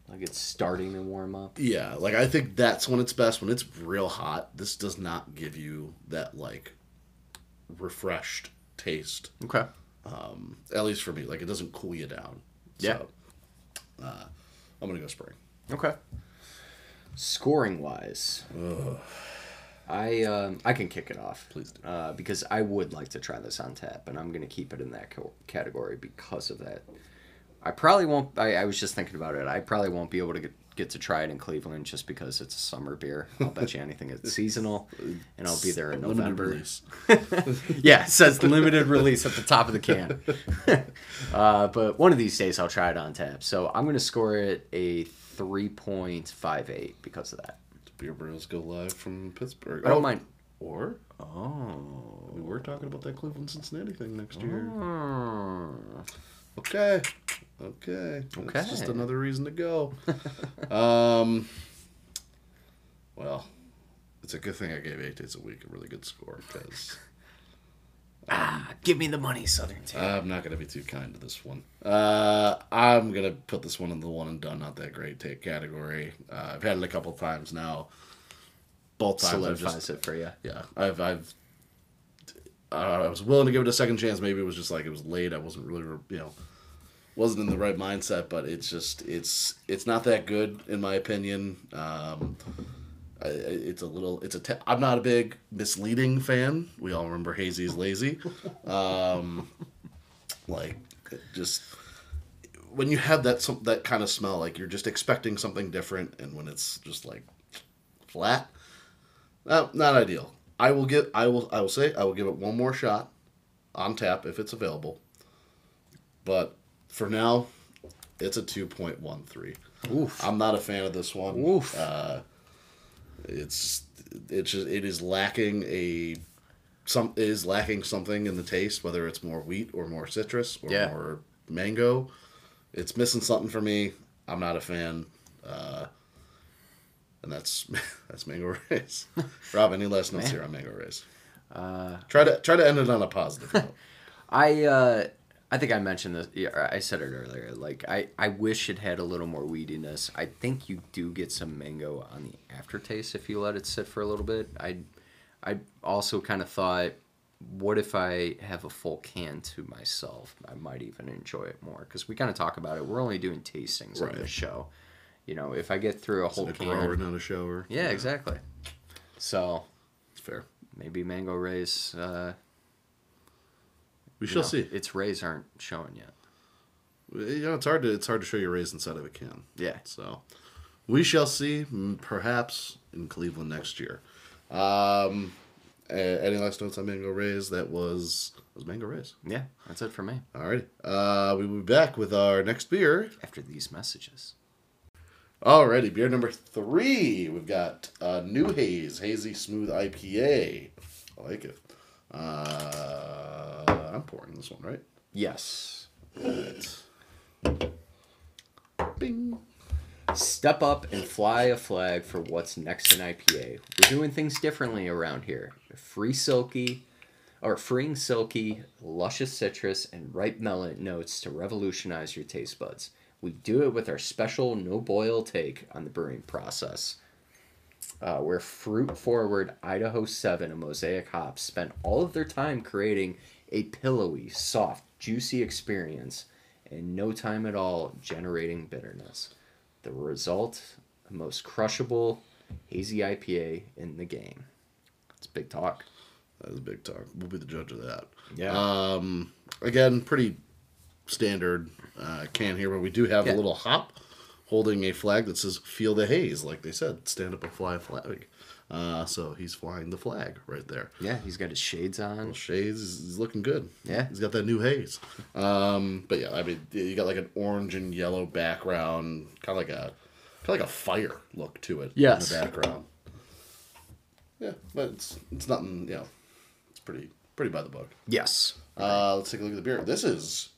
B: like it's starting to warm up.
A: Yeah, like I think that's when it's best when it's real hot. This does not give you that like refreshed taste, um,
B: Okay.
A: at least for me. Like it doesn't cool you down.
B: Yeah.
A: So, uh, I'm gonna go spring.
B: Okay. Scoring wise, I um, I can kick it off,
A: Please do.
B: uh, because I would like to try this on tap, and I'm going to keep it in that co- category because of that. I probably won't. I, I was just thinking about it. I probably won't be able to get, get to try it in Cleveland just because it's a summer beer. I'll bet you anything it's seasonal, and I'll be there in
A: Limited
B: November.
A: release.
B: yeah, it says limited release at the top of the can. uh, but one of these days I'll try it on tap. So I'm going to score it a 3.58 because of that.
A: Beer barrels go live from Pittsburgh.
B: I don't mind.
A: Or
B: Oh.
A: we were talking about that Cleveland Cincinnati thing next year. Okay. Okay.
B: Okay.
A: That's just another reason to go. um. Well, it's a good thing I gave eight days a week a really good score because.
B: Ah, give me the money, Southern Tier.
A: I'm not gonna be too kind to this one. Uh, I'm gonna put this one in the one and done, not that great take category. Uh, I've had it a couple times now. Both times, I've
B: Solidifies
A: just,
B: it for you.
A: yeah, I've, I've, I, don't know, I was willing to give it a second chance. Maybe it was just like it was late. I wasn't really, you know, wasn't in the right mindset, but it's just it's it's not that good in my opinion. Um, I, I- it's a little it's a te- I'm not a big misleading fan. We all remember Hazy's lazy. Um, like just when you have that some that kind of smell, like you're just expecting something different, and when it's just like flat, no, not ideal. I will give I will I will say I will give it one more shot on tap if it's available. But for now, it's a two point one three.
B: Oof.
A: I'm not a fan of this one.
B: Oof.
A: Uh, it's it's just, it is lacking a some it is lacking something in the taste, whether it's more wheat or more citrus or
B: Yeah.
A: more mango. It's missing something for me. I'm not a fan. Uh, and that's that's mango rays. Rob, any last notes here on mango rays? Uh, try to try to end it on a positive note.
B: I uh, I think I mentioned this. Yeah, I said it earlier. Like I, I wish it had a little more weediness. I think you do get some mango on the aftertaste if you let it sit for a little bit. I, I also kind of thought, what if I have a full can to myself? I might even enjoy it more because we kind of talk about it. We're only doing tastings
A: Right.
B: on this show. You know, if I get through a whole
A: Like a
B: can,
A: grower, not a shower.
B: yeah, exactly. So
A: It's fair.
B: maybe mango rays. Uh,
A: We
B: you
A: shall
B: know,
A: see.
B: Its rays aren't showing yet.
A: you know it's hard to it's hard to show your rays inside of a can.
B: Yeah.
A: So we shall see, mm, perhaps in Cleveland next year. Um, a- any last notes on Mango Rays? That was was Mango Rays.
B: Yeah, that's it for me.
A: All right. Uh, we will be back with our next beer.
B: After these messages.
A: Alrighty, beer number three. We've got uh, New Haze, Hazy Smooth IPA. I like it. Uh, I'm pouring this one, right?
B: Yes.
A: Bing.
B: Step up and fly a flag for what's next in IPA. We're doing things differently around here. Free silky, or freeing silky, luscious citrus, and ripe melon notes to revolutionize your taste buds. We do it with our special no boil take on the brewing process. Uh, where fruit forward Idaho 7 and Mosaic Hops spent all of their time creating a pillowy, soft, juicy experience and no time at all generating bitterness. The result, the most crushable, hazy IPA in the game. It's big talk.
A: That is big talk. We'll be the judge of that.
B: Yeah.
A: Um, again, pretty standard uh, can here, but we do have
B: Yeah.
A: a little hop holding a flag that says "Feel the Haze," like they said, stand up and fly a flag. Uh, so he's flying the flag right there.
B: Yeah, he's got his shades on.
A: Shades is looking good.
B: Yeah.
A: he's got that new haze. Um, but yeah, I mean, you got like an orange and yellow background, kind of like a kind of like a fire look to it.
B: Yes.
A: in the background. Yeah, but it's it's nothing. You know, it's pretty pretty by the book.
B: Yes.
A: Uh, let's take a look at the beer. This is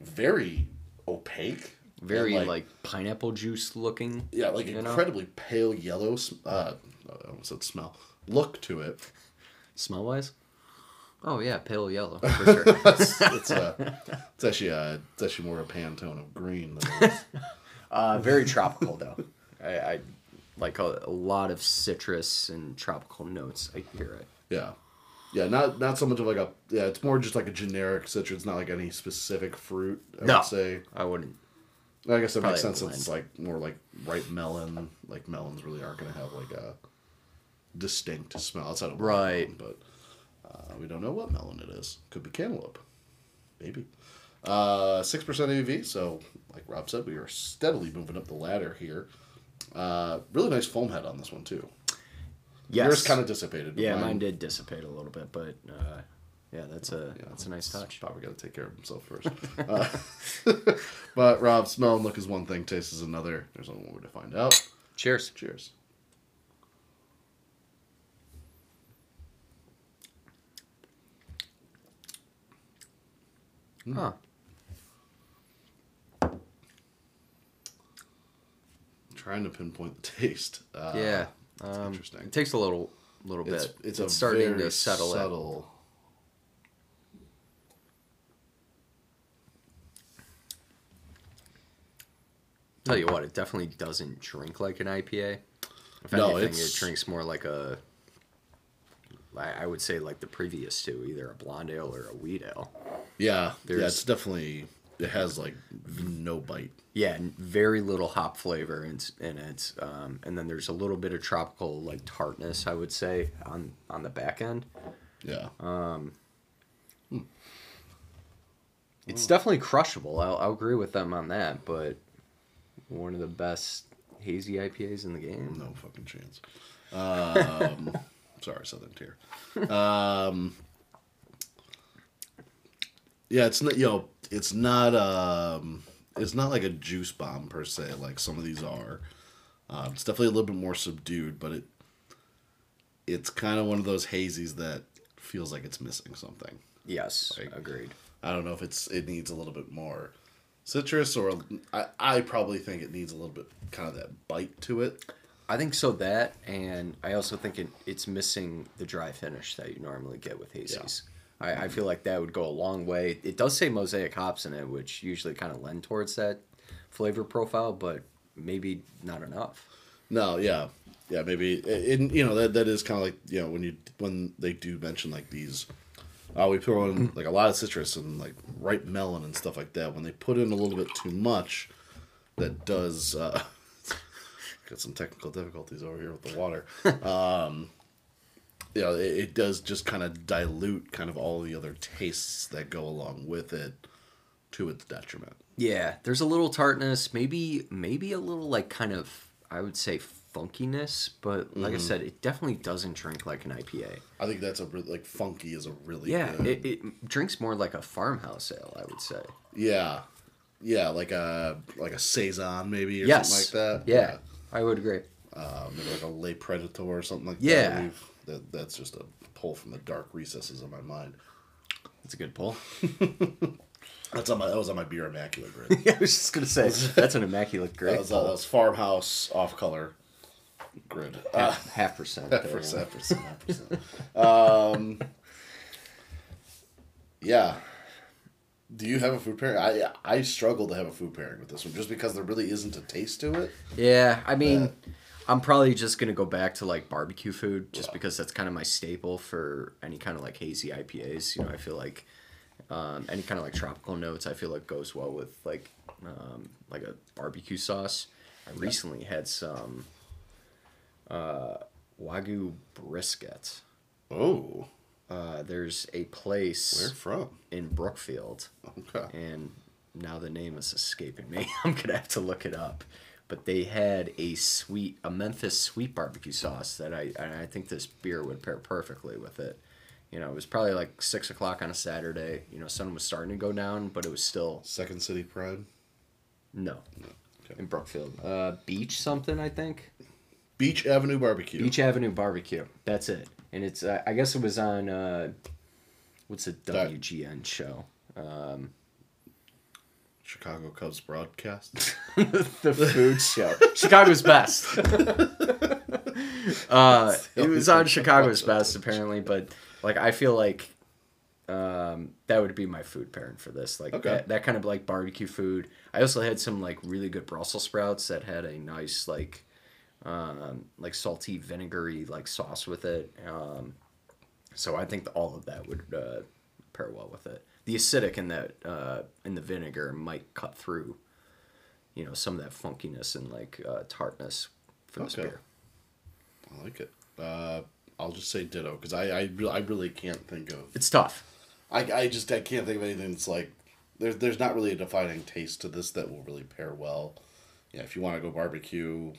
A: very opaque.
B: Very
A: and,
B: like, pineapple juice looking.
A: yeah, like
B: you know?
A: incredibly pale yellow. sm- Uh, I almost said smell. Look to it.
B: Smell wise? Oh yeah, pale yellow for sure.
A: It's, it's a. It's actually a. It's actually more a Pantone of green than it is.
B: Uh, very tropical though. I, I like a, a lot of citrus and tropical notes. I hear it.
A: Yeah. Yeah, not not so much of like a yeah, it's more just like a generic citrus, It's not like any specific fruit, I
B: No.
A: would say.
B: I wouldn't.
A: I guess that
B: Probably
A: makes sense
B: a
A: since it's like more like ripe melon. Like melons really aren't gonna have like a distinct smell outside of watermelon,
B: Right.
A: but uh, we don't know what melon it is. Could be cantaloupe. Maybe. Uh six percent AV, so like Rob said, we are steadily moving up the ladder here. Uh really nice foam head on this one too.
B: Yes.
A: Yours kinda dissipated. but
B: yeah, mine did dissipate a little bit, but uh, yeah, that's a that's a nice touch.
A: Probably got to take care of himself first. Uh, but Rob, smell and look is one thing, taste is another. There's only one way to find out.
B: Cheers.
A: Cheers. Hmm.
B: Huh.
A: trying to pinpoint the taste. Uh,
B: yeah.
A: it's
B: um,
A: interesting.
B: It takes a little little
A: It's
B: bit.
A: it's, a
B: starting
A: very
B: to settle in.
A: subtle.
B: Tell you what, it definitely doesn't drink like an IPA. If
A: No,
B: anything,
A: it's-
B: it drinks more like a. I I would say like the previous two, either a blonde ale or a wheat ale.
A: Yeah, yeah,
B: There's-
A: it's definitely It has like no bite.
B: Yeah, and very little hop flavor in, s- in it. Um, and then there's a little bit of tropical like tartness, I would say, on on the back end.
A: Yeah. Mm.
B: It's definitely crushable. I'll, I'll agree with them on that, but one of the best hazy IPAs in the game.
A: No fucking chance. Um, sorry, Southern Tier. Um, yeah, it's not. Yo, it's not. Um, it's not like a juice bomb per se, like some of these are. Uh, it's definitely a little bit more subdued, but it. It's kind of one of those hazies that feels like it's missing something.
B: Yes,
A: Like-
B: agreed.
A: I don't know if it's it needs a little bit more citrus, or I, I probably think it needs a little bit kind of that bite to it.
B: I think so that, and I also think it, it's missing the dry finish that you normally get with hazies. I, I feel like that would go a long way. It does say mosaic hops in it, which usually kind of lend towards that flavor profile, but maybe not enough.
A: No, yeah, yeah, maybe, and you know that that is kind of like you know when you when they do mention like these, uh, we throw in like a lot of citrus and like ripe melon and stuff like that. When they put in a little bit too much, that does uh, got some technical difficulties over here with the water. um, you know, it, it does just kind of dilute kind of all the other tastes that go along with it to its detriment.
B: Yeah, there's a little tartness, maybe maybe a little like kind of I would say funkiness, but like I said, it definitely doesn't drink like an IPA.
A: I think that's a re- like funky is a really
B: Yeah,
A: good-
B: it, it drinks more like a farmhouse ale, I would say.
A: Yeah, yeah, like a like a saison maybe or
B: yes,
A: something like that.
B: Yeah, I would agree.
A: Yeah. Uh, maybe like a lay predator or something like that.
B: Yeah.
A: We've- that. That's just a pull from the dark recesses of my mind.
B: That's a good pull.
A: That's on my that was on my beer immaculate grid.
B: yeah, I was just gonna say that's an immaculate
A: that,
B: grade.
A: was, that was farmhouse off color grid. Uh,
B: half, half percent.
A: half
B: there,
A: percent,
B: yeah.
A: half percent, half percent. Um, yeah. Do you have a food pairing? I I struggle to have a food pairing with this one just because there really isn't a taste to it.
B: Yeah, I mean, I'm probably just gonna go back to like barbecue food, just because that's kind of my staple for any kind of like hazy IPAs. You know, I feel like um, any kind of like tropical notes, I feel like goes well with like um, like a barbecue sauce. I recently had some uh, wagyu brisket.
A: Oh,
B: Uh, there's a place
A: from?
B: in Brookfield
A: Okay.
B: and now the name is escaping me. I'm gonna have to look it up. But they had a sweet, a Memphis sweet barbecue sauce that I, and I think this beer would pair perfectly with it. You know, it was probably like six o'clock on a Saturday. You know, sun was starting to go down, but it was still
A: Second City Pride.
B: no
A: Okay.
B: in Brookfield, uh, Beach something I think.
A: Beach Avenue Barbecue.
B: Beach Avenue Barbecue. That's it. And it's uh, I guess it was on uh, what's the
A: That-
B: WGN show?
A: Chicago Cubs broadcast.
B: the food show. Chicago's best. uh, it was on Chicago's best apparently, but like I feel like um, that would be my food pairing for this. Like
A: Okay.
B: that, that kind of like barbecue food. I also had some like really good Brussels sprouts that had a nice like um, like salty vinegary like sauce with it. Um, so I think all of that would uh, pair well with it. The acidic in that uh, in the vinegar might cut through, you know, some of that funkiness and like uh, tartness for this
A: Okay.
B: beer.
A: I like it. Uh, I'll just say ditto because I I, re- I really can't think of
B: It's tough.
A: I, I just I can't think of anything that's like there's there's not really a defining taste to this that will really pair well. Yeah, if you want to go barbecue,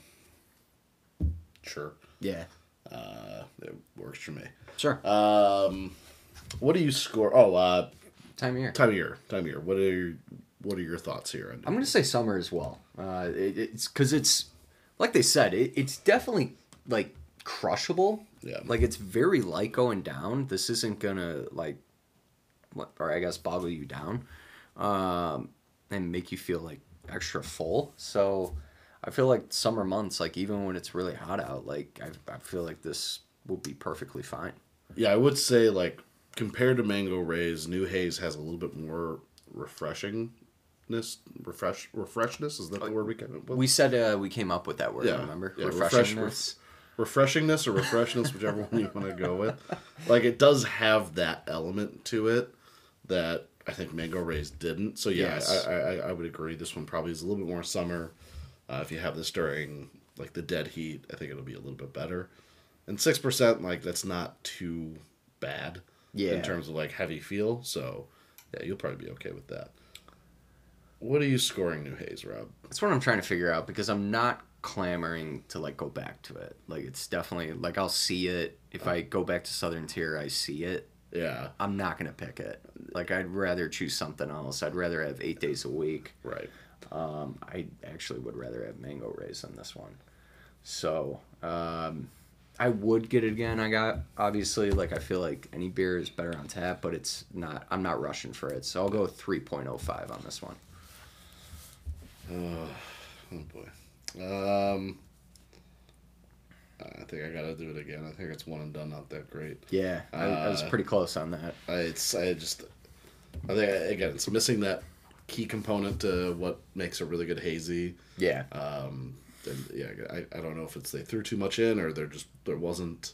A: sure,
B: Yeah.
A: uh, it works for me.
B: Sure.
A: Um, what do you score? Oh, uh,
B: time of year.
A: time of year, time of year. What are your, what are your thoughts here? on-
B: I'm gonna say summer as well. Uh, it, it's because it's like they said, it, it's definitely like crushable.
A: Yeah.
B: Like it's very light going down. This isn't gonna like, what- or I guess boggle you down, um, and make you feel like extra full. So, I feel like summer months, like even when it's really hot out, like I, I feel like this will be perfectly fine.
A: Yeah, I would say like compared to Mango Rays, New Haze has a little bit more refreshingness. Refresh refreshness is that the word we came up with?
B: We said uh, we came up with that word.
A: Yeah.
B: Remember?
A: Yeah, refresh-
B: Refreshingness.
A: refreshingness or refreshness, whichever one you want to go with. Like it does have that element to it that I think Mango Rays didn't. So yeah,
C: Yes.
A: I, I I- I would agree. This one probably is a little bit more summer. Uh, if you have this during like the dead heat, I think it'll be a little bit better. And six percent, like that's not too bad.
C: Yeah.
A: In terms of like heavy feel, so yeah, you'll probably be okay with that. What are you scoring, New Haze, Rob?
B: That's what I'm trying to figure out because I'm not clamoring to like go back to it. Like it's definitely like I'll see it if I go back to Southern Tier. I see it.
A: Yeah,
B: I'm not gonna pick it. Like I'd rather choose something else. I'd rather have eight days a week.
A: right.
B: Um, I actually would rather have mango rays than this one. So um, I would get it again. I got obviously like I feel like any beer is better on tap, but it's not. I'm not rushing for it. So I'll go 3.05 on this one.
A: Oh boy. Um, I think I gotta do it again. I think it's one and done. Not that great.
B: Yeah, I, I was
A: Uh,
B: pretty close on that.
A: I, it's I just I think again it's missing that key component to what makes a really good hazy.
B: Yeah,
A: Um, and yeah, I, I don't know if it's they threw too much in or there just there wasn't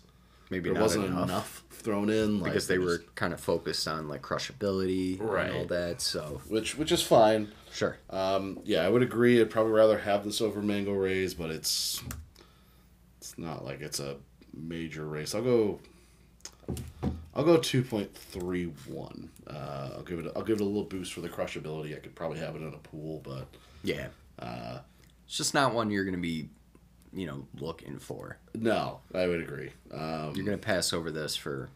B: maybe
A: there
B: not
A: wasn't
B: enough,
A: enough. thrown in like,
B: because they
A: they're
B: were
A: just-
B: kind of focused on like crushability
A: Right.
B: and all that. So
A: which which is fine.
B: sure,
A: Um, yeah, I would agree. I'd probably rather have this over Mango Rays, but it's it's not like it's a major race. I'll go. I'll go two point three one. Uh, I'll give it. I'll give it a little boost for the crushability. I could probably have it in a pool, but
B: yeah, uh, it's just not one you're gonna be, you know, looking for.
A: no, I would agree. Um,
B: You're gonna pass over this for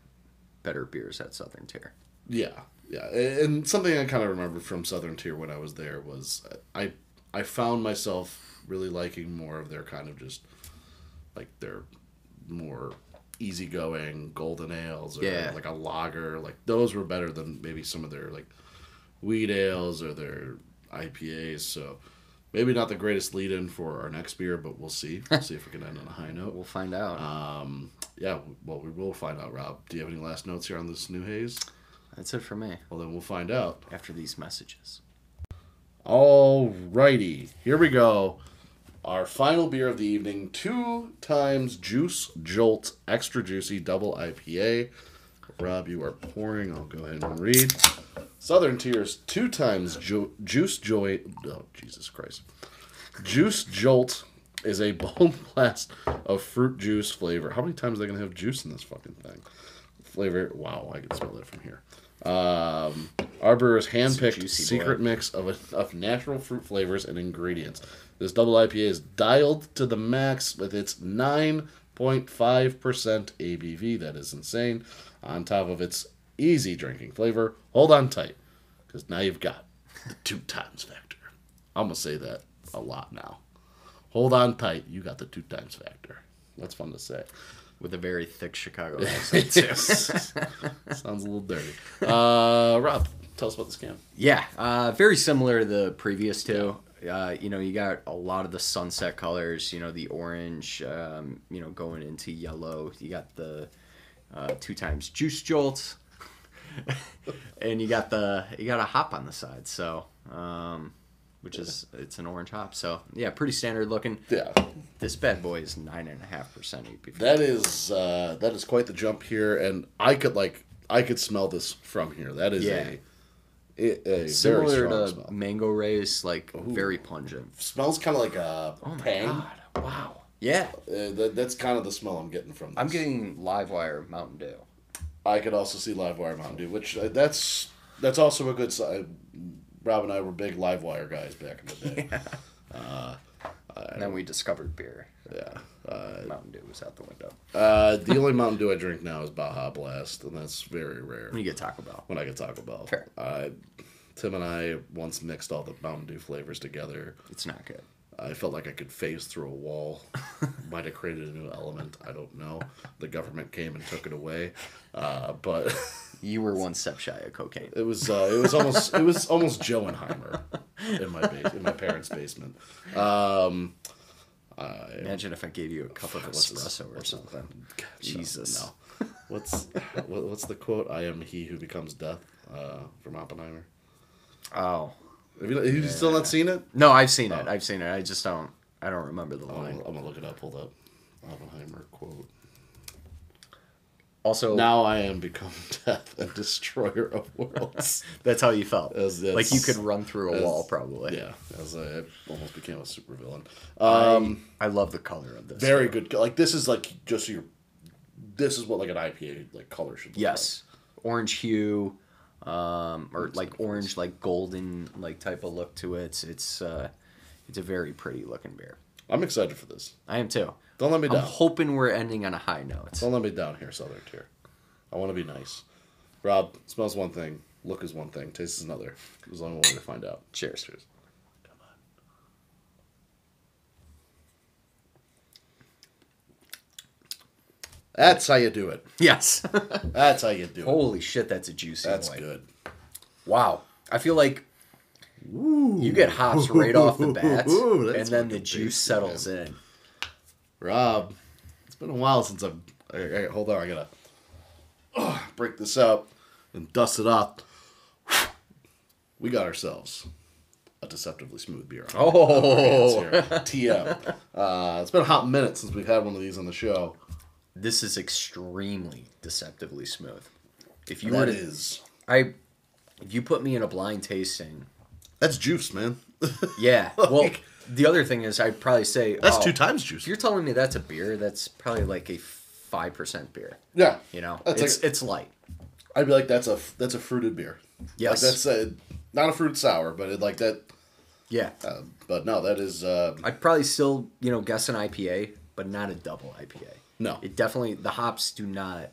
B: better beers at Southern Tier.
A: Yeah, yeah, A- and something I kind of remember from Southern Tier when I was there was I I found myself really liking more of their kind of just like their more easygoing golden ales or
B: Yeah.
A: like a lager like those were better than maybe some of their like wheat ales or their IPAs so maybe not the greatest lead in for our next beer but we'll see we'll see if we can end on a high note
B: We'll find out.
A: um yeah well we will find out Rob do you have any last notes here on this new haze
B: That's it for me.
A: well, then we'll find out.
B: After these messages,
A: Alrighty, here we go. Our final beer of the evening, two times Juice Jolt Extra Juicy Double IPA. Rob, you are pouring. I'll go ahead and read. Southern Tears, two times Ju- Juice Joy. Oh, Jesus Christ. Juice Jolt is a bold blast of fruit juice flavor. How many times are they going to have juice in this fucking thing? Flavor. Wow, I can smell that from here. Um, our brewers handpicked
B: juicy
A: secret mix of, of natural fruit flavors and ingredients. This double IPA is dialed to the max with its 9.5% ABV. That is insane. On top of its easy drinking flavor, hold on tight because now you've got the two times factor. I'm gonna say that a lot now. Hold on tight, you got the two times factor. That's fun to say.
B: with a very thick Chicago accent.
A: Sounds a little dirty. Uh, Rob, tell us about this can.
B: yeah, uh, very similar to the previous two. Uh, you know, you got a lot of the sunset colors. You know, the orange. Um, you know, going into yellow. You got the uh, two times juice jolt, and you got the you got a hop on the side. So, um, which is it's an orange hop. So yeah, pretty standard looking.
A: Yeah,
B: This bad boy is nine and a half percent ABV.
A: that is uh, that is quite the jump here, and I could like I could smell this from here. That is
B: Yeah.
A: a, a, a very
B: similar
A: strong
B: to
A: smell.
B: mango rays, like very pungent.
A: Smells kind of like a
B: Oh my
A: pang.
B: god! Wow. Yeah,
A: Uh, that, that's kind of the smell I'm getting from. This.
B: I'm getting Livewire Mountain Dew.
A: I could also see Livewire Mountain Dew, which uh, that's that's also a good side. Rob and I were big Livewire guys back in the day.
B: And then we discovered beer.
A: yeah. Uh,
B: Mountain Dew was out the window.
A: uh, the only Mountain Dew I drink now is Baja Blast, and that's very rare
B: When you get Taco Bell.
A: when I get Taco Bell.
B: Fair.
A: Uh, Tim and I once mixed all the Mountain Dew flavors together.
B: It's not good.
A: I felt like I could phase through a wall. Might have created a new element. I don't know. The government came and took it away. Uh, but
B: You were one step shy of cocaine.
A: It was uh, it was almost it was almost Joenheimer in my base, in my parents' basement. Um,
B: Imagine if I gave you a cup of
A: what's this-
B: espresso or
A: what's this-
B: something.
A: God,
B: Jesus.
A: no. What's what, what's the quote? I am he who becomes death uh, from Oppenheimer.
B: Oh
A: Have you, have you still not seen it?
B: no, I've seen it. I've seen it. I just don't. I don't remember the
A: I'm,
B: line.
A: gonna- I'm gonna look it up. Hold up, Oppenheimer quote.
B: Also,
A: Now I am become death and destroyer of worlds.
B: that's how you felt.
A: That's- that's-
B: like you could run through a
A: that's-
B: wall, probably.
A: yeah, as I I almost became a supervillain.
B: I-
A: Um,
B: I, love the color of this.
A: very good. Like this is like just your. This is what like an IPA like color should. Look
B: Yes, orange hue, um, or like orange, like golden, like type of look to it. It's it's, uh, it's a very pretty looking beer.
A: like. I'm excited for this.
B: I am too.
A: Don't let me
B: I'm
A: down.
B: hoping we're ending on a high note.
A: Don't let me down here, Southern Tier. I want to be nice. Rob smells one thing, look is one thing, tastes is another. There's only one way to find out.
B: Cheers.
A: Cheers. That's how you do it.
B: Yes.
A: That's how you do it.
B: Holy shit, that's a juicy
A: That's
B: one.
A: good.
B: Wow. I feel like you get hops right off the bat,
A: Ooh,
B: and
A: that's
B: then the
A: fucking
B: juice
A: tasty,
B: settles in.
A: Rob, it's been a while since I've. I, I, hold on, I gotta ugh, break this up and dust it up. We got ourselves a deceptively smooth beer. on our hands
B: Oh,
A: here. TM. Uh, it's been a hot minute since we've had one of these on the show.
B: this is extremely deceptively smooth. If you were
A: That
B: to,
A: is.
B: I, if you put me in a blind tasting,
A: That's juice, man.
B: yeah. Well, the other thing is, I'd probably say
A: That's
B: oh,
A: two times
B: If
A: juice.
B: you're telling me that's a beer, that's probably like a five percent beer.
A: Yeah,
B: You know,
A: That's
B: it's
A: like-
B: it's light.
A: I'd be like, that's a that's a fruited beer.
B: Yes.
A: like that's a, not a fruit sour, but it, like that.
B: Yeah,
A: Uh, but no, that is uh,
B: I'd probably still you know guess an IPA, but not a double IPA.
A: no.
B: It definitely the hops do not.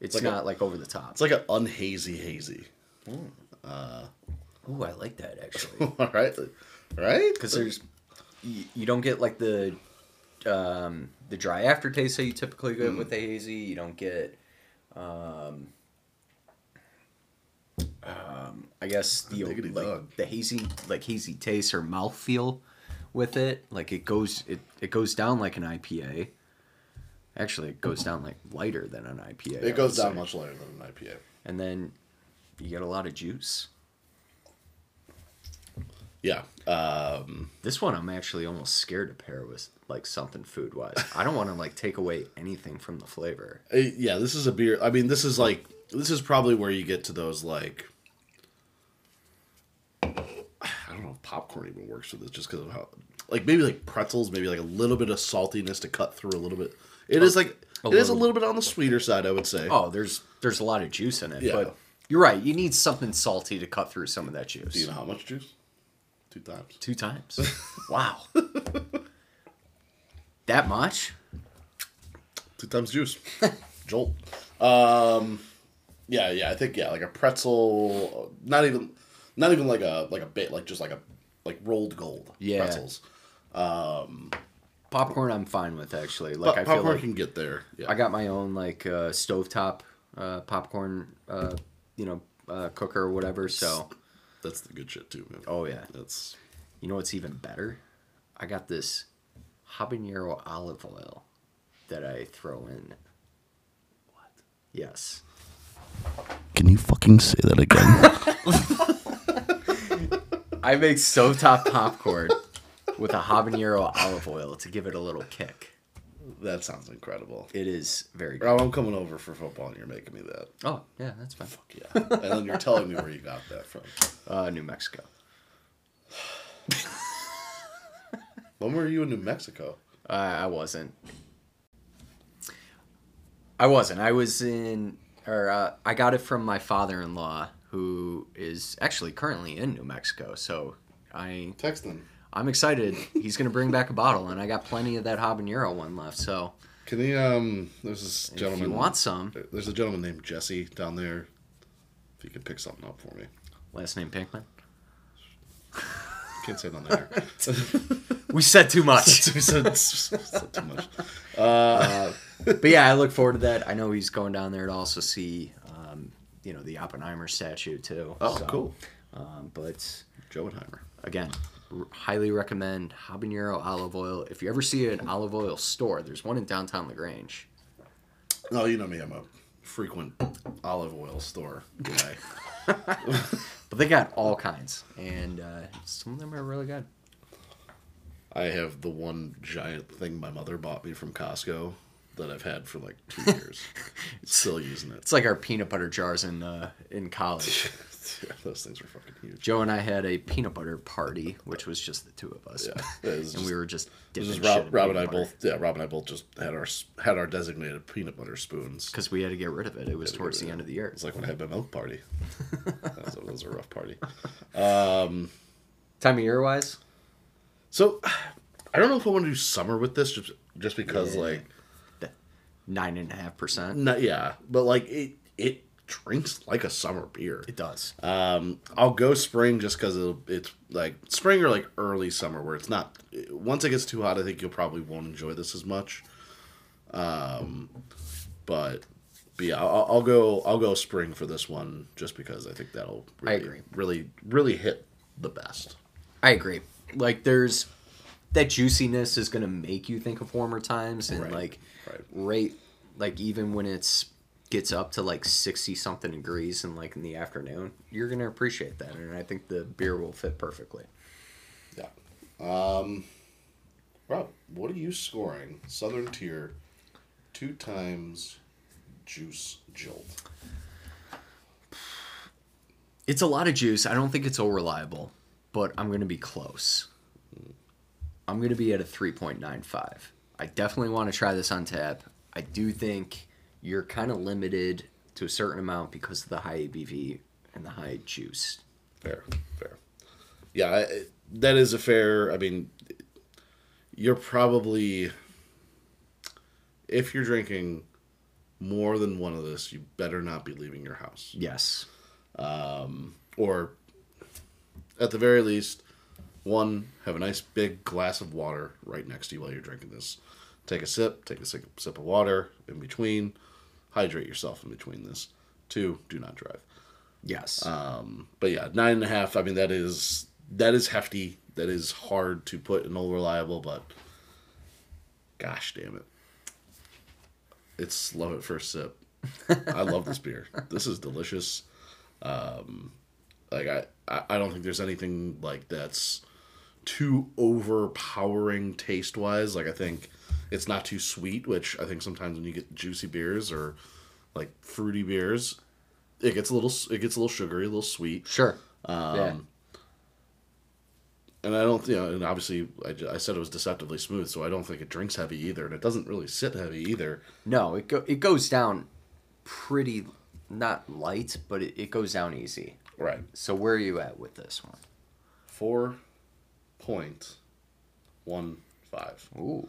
B: It's
A: Like a-
B: not like over the top.
A: It's like an unhazy hazy.
B: Ooh, I like that actually.
A: All right, right?
B: Because there's, you, you don't get like the, um, the dry aftertaste that you typically get
A: Mm.
B: with a hazy. You don't get, um, um I guess the
A: Diggity dog.
B: like, the hazy like hazy taste or mouthfeel with it. Like it goes it it goes down like an IPA. Actually, it goes down like lighter than an IPA. I
A: it goes
B: would
A: down
B: say.
A: much lighter than an IPA.
B: and then you get a lot of juice.
A: Yeah, um,
B: This one I'm actually almost scared to pair with like something food wise. I don't want to like take away anything from the flavor.
A: Uh, yeah. This is a beer. I mean, this is like this is probably where you get to those like. I don't know if popcorn even works for this, just because of how, like maybe like pretzels, maybe like a little bit of saltiness to cut through a little bit. It is like it is Oh, a
B: little.
A: little bit on the sweeter side, I would say.
B: Oh, there's there's a lot of juice in it,
A: Yeah.
B: but you're right. You need something salty to cut through some of that juice.
A: Do you know how much juice? Two times.
B: Two times. wow. that much?
A: Two times juice. Jolt. Um, yeah, yeah. I think yeah, like a pretzel. Not even, not even like a like a bit like just like a like rolled gold.
B: Yeah.
A: pretzels.
B: Popcorn I'm fine with actually. Like I
A: Pop-
B: feel
A: popcorn
B: like
A: can get there. Yeah.
B: I got my own like uh stovetop uh popcorn uh you know uh cooker or whatever, so
A: That's the good shit too, man.
B: oh yeah.
A: That's
B: You know what's even better? I got this habanero olive oil that I throw in. What? Yes.
A: Can you fucking say that again?
B: I make stovetop popcorn with a habanero olive oil to give it a little kick.
A: that sounds incredible.
B: It is very good.
A: Rob, I'm coming over for football and you're making me that.
B: Oh, yeah, that's fine.
A: Yeah. and then you're telling me where you got that from.
B: Uh, New Mexico.
A: When were you in New Mexico?
B: Uh, I wasn't. I wasn't. I was in, or uh, I got it from my father-in-law, who is actually currently in New Mexico. So I
A: Text them.
B: I'm excited. He's gonna bring back a bottle, and I got plenty of that habanero one left. So
A: Can he um there's this
B: if
A: gentleman
B: you want some,
A: there's a gentleman named Jesse down there. If you could pick something up for me.
B: last name Pinkman.
A: Can't say it on there.
B: We said too much,
A: too much. Uh,
B: but yeah, I look forward to that. I know he's going down there to also see, um, you know, the Oppenheimer statue too.
A: oh,
B: So,
A: cool.
B: Um, but
A: Jovenheimer.
B: again, r- highly recommend habanero olive oil. If you ever see an olive oil store, there's one in downtown Lagrange.
A: Oh, you know me. I'm a frequent olive oil store guy.
B: But they got all kinds, and uh, some of them are really good.
A: I have the one giant thing my mother bought me from Costco that I've had for like two years. Still using it.
B: It's like our peanut butter jars in uh, in college.
A: Those things are fucking huge.
B: Joe and I had a peanut butter party, which was just the two of us,
A: Yeah, it was
B: and
A: just-
B: we were just
A: This
B: dipping
A: is
B: shit in
A: Rob, Rob and I
B: peanut butter.
A: both. Yeah, Rob and I both just had our s- had our designated peanut butter spoons.
B: because we had to get rid of it. It was towards the end of the year.
A: It's like when I had my milk party. that, was, that was a rough party.
B: Time of year wise,
A: So I don't know if I want to do summer with this, just just because like
B: nine and a half percent.
A: not yeah, but like it it drinks like a summer beer.
B: It does.
A: Um, I'll go spring just because it's like spring or like early summer where it's not. Once it gets too hot, I think you'll probably won't enjoy this as much. Um, but, but yeah, I'll, I'll go. I'll go spring for this one just because I think that'll.
B: I
A: Really,
B: agree.
A: Really, really hit the best.
B: I agree. Like there's that juiciness is gonna make you think of warmer times and
A: Right,
B: like
A: right.
B: rate like even when it's gets up to like sixty something degrees and like in the afternoon, you're gonna appreciate that. And I think the beer will fit perfectly.
A: Yeah. Um, Rob, what are you scoring? Southern Tier, two times, Juice Jolt.
B: It's a lot of juice. I don't think it's all reliable, but I'm gonna be close. I'm gonna be at a three point nine five. I definitely want to try this on tap. I do think you're kind of limited to a certain amount because of the high ABV and the high juice.
A: Fair, fair. Yeah, I, I- that is a fair. I mean, you're probably if you're drinking more than one of this, you better not be leaving your house,
B: Yes.
A: or at the very least, one have a nice big glass of water right next to you while you're drinking this. Take a sip. Take a sip, sip of water in between. Hydrate yourself in between this. Two, do not drive.
B: Yes.
A: but yeah, nine and a half. I mean, that is that is hefty. That is hard to put in old reliable, but gosh damn it, it's love at first sip. I love this beer. This is delicious. Um, like I, I, I don't think there's anything like that's too overpowering taste wise. Like I think it's not too sweet, which I think sometimes when you get juicy beers or like fruity beers, it gets a little it gets a little sugary, a little sweet.
B: sure. yeah.
A: Um, and I don't, you know, and obviously I, ju- I said it was deceptively smooth, so I don't think it drinks heavy either, and it doesn't really sit heavy either.
B: No, it go, it goes down pretty not light, but it, it goes down easy.
A: Right.
B: So where are you at with this one?
A: Four point one five.
B: Ooh.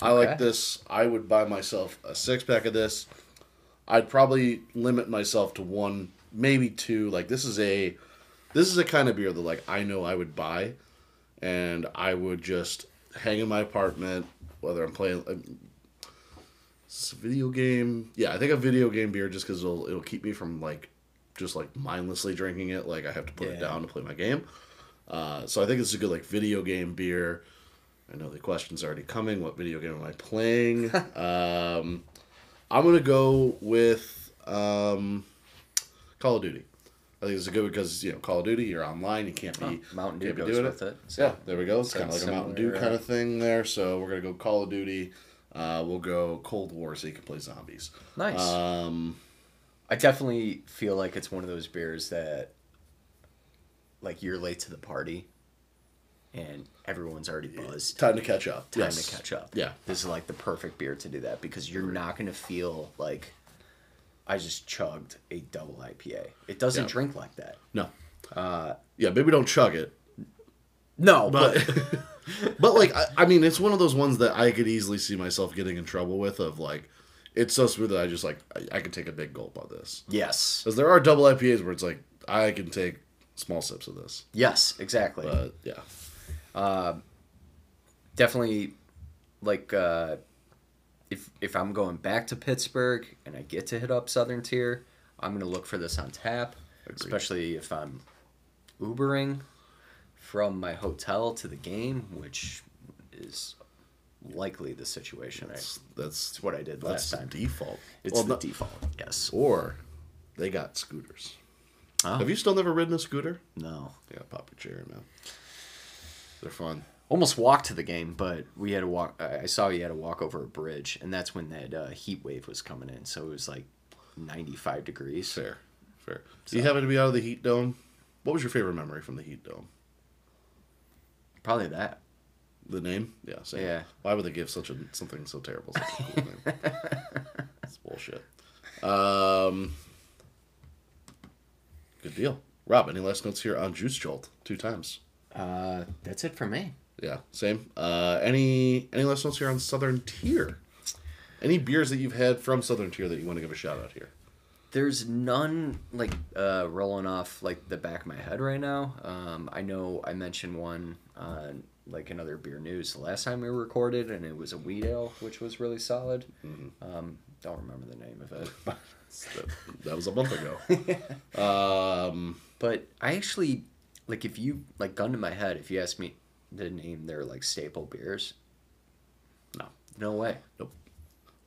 A: I like
B: Okay.
A: this. I would buy myself a six pack of this. I'd probably limit myself to one, maybe two. Like this is a, this is a kind of beer that like I know I would buy, and I would just hang in my apartment, whether I'm playing. um, It's a video game. Yeah, I think a video game beer just because it'll it'll keep me from like, just like mindlessly drinking it. Like I have to put
B: Yeah.
A: it down to play my game. Uh, so I think it's a good like video game beer. I know the question's already coming. What video game am I playing? um, I'm gonna go with um, Call of Duty. I think it's good because you know Call of Duty. You're online. You can't be
B: Oh, Mountain Dew
A: can't be
B: goes
A: doing
B: with it, so
A: yeah, there we go. It's kind of
B: that's
A: like a Mountain Dew
B: similar,
A: kind
B: uh,
A: of thing there. So we're gonna go Call of Duty. Uh, we'll go Cold War so you can play zombies.
B: Nice.
A: Um,
B: I definitely feel like it's one of those beers that, like, you're late to the party, and everyone's already buzzed.
A: time to catch up.
B: Time
A: Yes.
B: to catch up.
A: Yeah.
B: this is like the perfect beer to do that because you're not gonna feel like I just chugged a double IPA. It doesn't
A: Yeah.
B: drink like that.
A: No. Uh, yeah, maybe don't chug it.
B: No, but,
A: but but like I, I mean it's one of those ones that i could easily see myself getting in trouble with of like it's so smooth that i just like i, I can take a big gulp of this
B: yes,
A: because there are double ipas where it's like i can take small sips of this
B: yes, exactly.
A: but yeah
B: definitely like uh if if I'm going back to Pittsburgh and I get to hit up Southern Tier, I'm gonna look for this on tap. Especially if I'm Ubering from my hotel to the game, which is likely the situation. I,
A: that's that's
B: it's what I did
A: that's
B: last
A: the
B: time.
A: default
B: It's
A: Well,
B: the
A: no-
B: default. Yes.
A: or they got scooters
B: Oh.
A: have you still never ridden a scooter
B: No.
A: yeah pop your cherry man they're fun
B: almost walked to the game, but we had to walk. I I saw you had to walk over a bridge, and that's when that uh, heat wave was coming in. So it was like 95 degrees.
A: Fair, fair. Do you happen to be out of the heat dome? What was your favorite memory from the heat dome?
B: Probably that.
A: The name? Yeah, same.
B: Yeah.
A: Why would they give such a something so terrible such a cool name? It's bullshit. Um, good deal, Rob. Any last notes here on Juice Jolt? Two times.
B: Uh, that's it for me.
A: Yeah, same. Uh, any any last notes here on Southern Tier? Any beers that you've had from Southern Tier that you want to give a shout out here?
B: There's none like uh, rolling off like the back of my head right now. Um, I know I mentioned one on like another beer news the last time we recorded, and it was a wheat ale, which was really solid. Um, don't remember the name of it, but,
A: That, that was a month ago. um,
B: but I actually like if you like gun to my head, if you ask me to name their like staple beers,
A: no,
B: no way.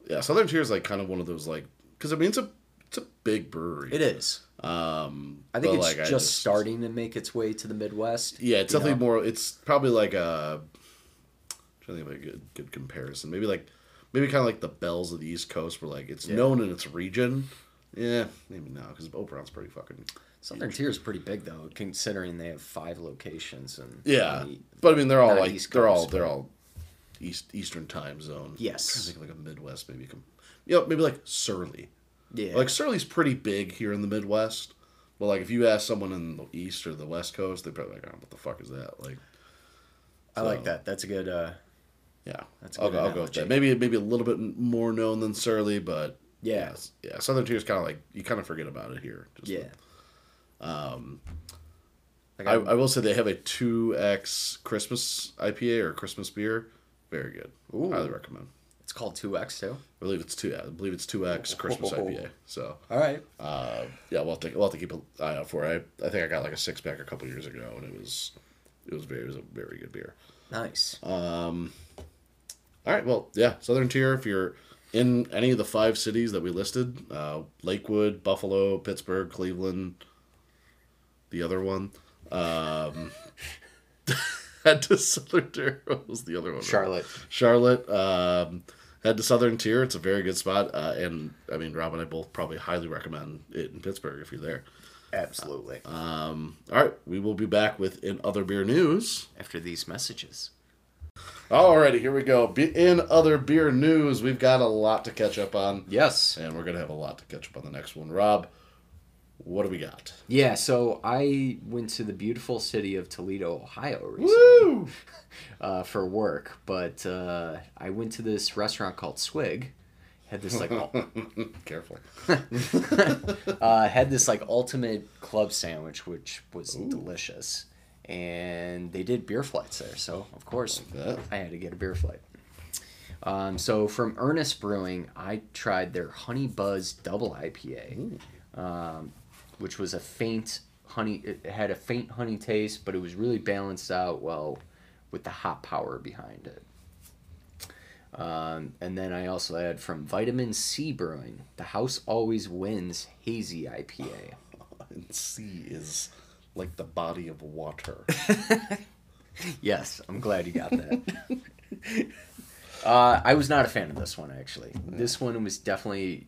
A: yeah, Southern Tier is like kind of one of those like because I mean it's a it's a big brewery.
B: It is.
A: Um,
B: I think
A: but,
B: it's
A: like,
B: just, starting to make its way to the Midwest.
A: Yeah, it's
B: you
A: definitely
B: know?
A: more. It's probably like a. I'm trying to think of a good good comparison. Maybe like maybe kind of like the Bells of the East Coast, where like it's known in its region. Yeah, maybe not because Oberon's pretty fucking.
B: Southern Tier is pretty big though, considering they have five locations and
A: Yeah,
B: and the-
A: but I mean they're all
B: not
A: like
B: East
A: they're all
B: Coast,
A: they're
B: but-
A: all east Eastern time zone.
B: Yes.
A: i think of like a Midwest maybe. Com- yeah, maybe like Surly.
B: yeah,
A: Like Surly's pretty big here in the Midwest, but like if you ask someone in the East or the West Coast, they're probably like, "Oh, what the fuck is that?" Like,
B: I like that. That's a good. uh
A: yeah, that's
B: That's a
A: I'll
B: good
A: go, I'll go with
B: analogy.
A: that. Maybe maybe a little bit more known than Surly, but
B: Yeah.
A: yeah, yeah, Southern Tier's kind of like you kind of forget about it here. Just
B: Yeah. Um. Like
A: I,
B: I,
A: I will say they have a two X Christmas IPA or Christmas beer, very good. Highly recommend.
B: it's called Two X too.
A: I believe it's two. I believe it's two X Christmas IPA. So
B: All right.
A: uh, yeah, we'll have to we'll have to keep an eye out for it. I, I think I got like a six pack a couple years ago, and it was it was very it was a very good beer.
B: Nice.
A: All right, well yeah, Southern Tier. If you're in any of the five cities that we listed, uh, Lakewood, Buffalo, Pittsburgh, Cleveland, the other one. Um, head to Southern Tier. What was the other one?
B: Charlotte.
A: Charlotte. Um, head to Southern Tier. It's a very good spot, uh, and I mean, Rob and I both probably highly recommend it in Pittsburgh if you're there.
B: Absolutely. Uh,
A: All right, we will be back with in other beer news.
B: After these messages.
A: Alrighty, here we go. Be- in other beer news, we've got a lot to catch up on,
B: Yes.
A: and we're gonna have a lot to catch up on the next one. Rob, what do we got?
B: Yeah. So I went to the beautiful city of Toledo, Ohio, recently.
A: Woo!
B: uh, for work, but uh, I went to this restaurant called Swig. Had this like ul-
A: Careful.
B: uh, had this like ultimate club sandwich, which was delicious, and they did beer flights there. So of course,
A: that.
B: I had to get a beer flight. Um, so from Ernest Brewing, I tried their Honey Buzz Double IPA, um, which was a faint honey. It had a faint honey taste, but it was really balanced out well with the hot power behind it. Um, and then I also had from Vitamin C Brewing, the House Always Wins Hazy IPA.
A: And sea is like the body of water.
B: Yes, I'm glad you got that. uh, I was not a fan of this one actually. This one was definitely